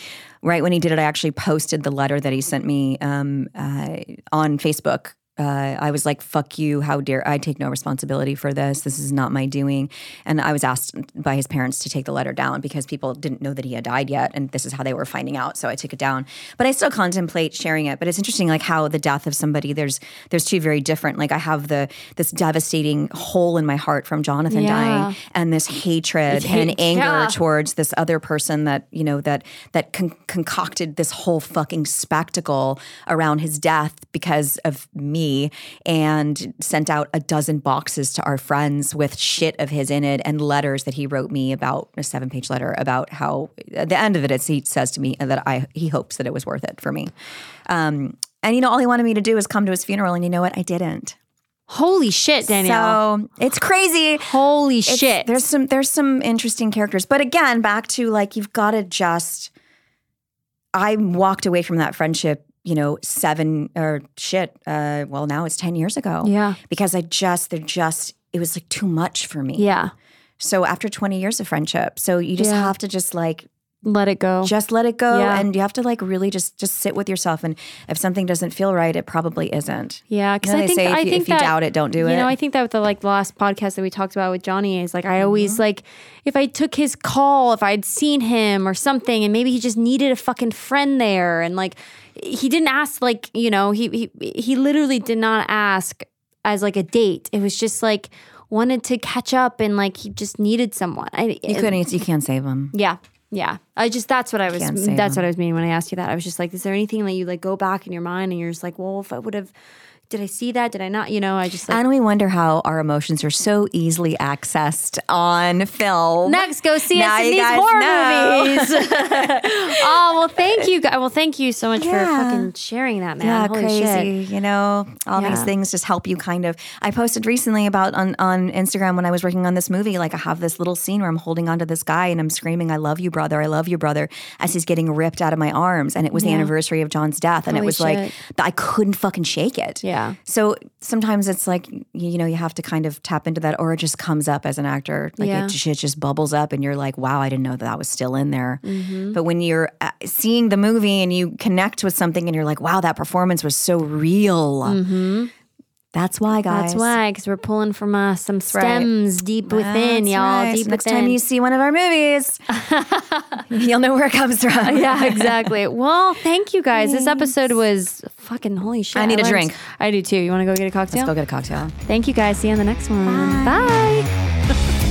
[SPEAKER 2] right when he did it, I actually posted the letter that he sent me um, uh, on Facebook. Uh, I was like, "Fuck you! How dare I take no responsibility for this? This is not my doing." And I was asked by his parents to take the letter down because people didn't know that he had died yet, and this is how they were finding out. So I took it down. But I still contemplate sharing it. But it's interesting, like how the death of somebody there's there's two very different. Like I have the this devastating hole in my heart from Jonathan dying, and this hatred and anger
[SPEAKER 3] yeah.
[SPEAKER 2] towards this other person that you know that that con- concocted this whole fucking spectacle around his death because of me and sent out a dozen boxes to our friends with shit of his in it and letters that he wrote me about a seven page letter about how at the end of it it's, he says to me that I he hopes that it was worth it for me um, and you know all he wanted me to do was come to his funeral and you know what I didn't
[SPEAKER 3] Holy shit, Danielle.
[SPEAKER 2] so it's crazy
[SPEAKER 3] Holy
[SPEAKER 2] it's-
[SPEAKER 3] shit.
[SPEAKER 2] There's some there's some interesting characters, but again, back to like you've got to just. I walked away from that friendship, you know, seven or shit. Uh, well, now it's ten years ago.
[SPEAKER 3] Yeah.
[SPEAKER 2] because I just they're just it was like too much for me.
[SPEAKER 3] Yeah.
[SPEAKER 2] So after twenty years of friendship, so you just
[SPEAKER 3] Yeah.
[SPEAKER 2] have to just like
[SPEAKER 3] Let it go.
[SPEAKER 2] just let it go,
[SPEAKER 3] Yeah.
[SPEAKER 2] and you have to like really just just sit with yourself. And if something doesn't feel right, it probably isn't.
[SPEAKER 3] Yeah, because
[SPEAKER 2] know
[SPEAKER 3] I
[SPEAKER 2] they
[SPEAKER 3] think
[SPEAKER 2] say if
[SPEAKER 3] I
[SPEAKER 2] you-
[SPEAKER 3] think
[SPEAKER 2] if you
[SPEAKER 3] that-
[SPEAKER 2] doubt it, don't do
[SPEAKER 3] You
[SPEAKER 2] it.
[SPEAKER 3] know, I think that with the like last podcast that we talked about with Johnny is like I always
[SPEAKER 2] Mm-hmm.
[SPEAKER 3] like if I took his call, if I'd seen him or something, and maybe he just needed a fucking friend there, and like he didn't ask, like you know, he he he literally did not ask as like a date. It was just like wanted to catch up and like he just needed someone. I,
[SPEAKER 2] You couldn't. You can't save them.
[SPEAKER 3] yeah. Yeah. I just that's what I was
[SPEAKER 2] Can't
[SPEAKER 3] that's
[SPEAKER 2] say
[SPEAKER 3] what I was meaning when I asked you that. I was just like, is there anything that you like go back in your mind and you're just like, well, if I would have did I see that? Did I not? You know, I just like
[SPEAKER 2] and we wonder how our emotions are so easily accessed on film.
[SPEAKER 3] next go see
[SPEAKER 2] Now
[SPEAKER 3] us in
[SPEAKER 2] you
[SPEAKER 3] these
[SPEAKER 2] guys
[SPEAKER 3] horror
[SPEAKER 2] know.
[SPEAKER 3] movies. oh well thank you guys. well thank you so much
[SPEAKER 2] Yeah.
[SPEAKER 3] for fucking sharing that man.
[SPEAKER 2] yeah,
[SPEAKER 3] Holy shit.
[SPEAKER 2] crazy. You know, all these
[SPEAKER 3] Yeah.
[SPEAKER 2] things just help you kind of. I posted recently about on on Instagram when I was working on this movie. Like I have this little scene where I'm holding onto this guy and I'm screaming, "I love you, brother! I love you, brother!" as he's getting ripped out of my arms. And it was the anniversary of John's death, and it
[SPEAKER 3] Holy
[SPEAKER 2] was
[SPEAKER 3] shit.
[SPEAKER 2] like I couldn't fucking shake it.
[SPEAKER 3] Yeah.
[SPEAKER 2] So sometimes it's like y- you know you have to kind of tap into that, or it just comes up as an actor. Like
[SPEAKER 3] Yeah.
[SPEAKER 2] it, just- it just bubbles up, and you're like, "Wow, I didn't know that, that was still in there."
[SPEAKER 3] Mm-hmm.
[SPEAKER 2] But when you're uh, seeing the movie and you connect with something, and you're like, "Wow, that performance was so real." That's why, guys.
[SPEAKER 3] Mm-hmm. That's why, because we're pulling from uh, some stems deep within,
[SPEAKER 2] That's
[SPEAKER 3] y'all.
[SPEAKER 2] right.
[SPEAKER 3] Deep
[SPEAKER 2] Next
[SPEAKER 3] within.
[SPEAKER 2] time you see one of our movies, you'll know where it comes from.
[SPEAKER 3] yeah, exactly. Well, thank you guys. This episode was fucking holy shit.
[SPEAKER 2] I need a
[SPEAKER 3] learned-
[SPEAKER 2] drink.
[SPEAKER 3] I do too. You want to go get a cocktail?
[SPEAKER 2] Let's go get a cocktail.
[SPEAKER 3] Thank you guys. See you on the next one. Bye.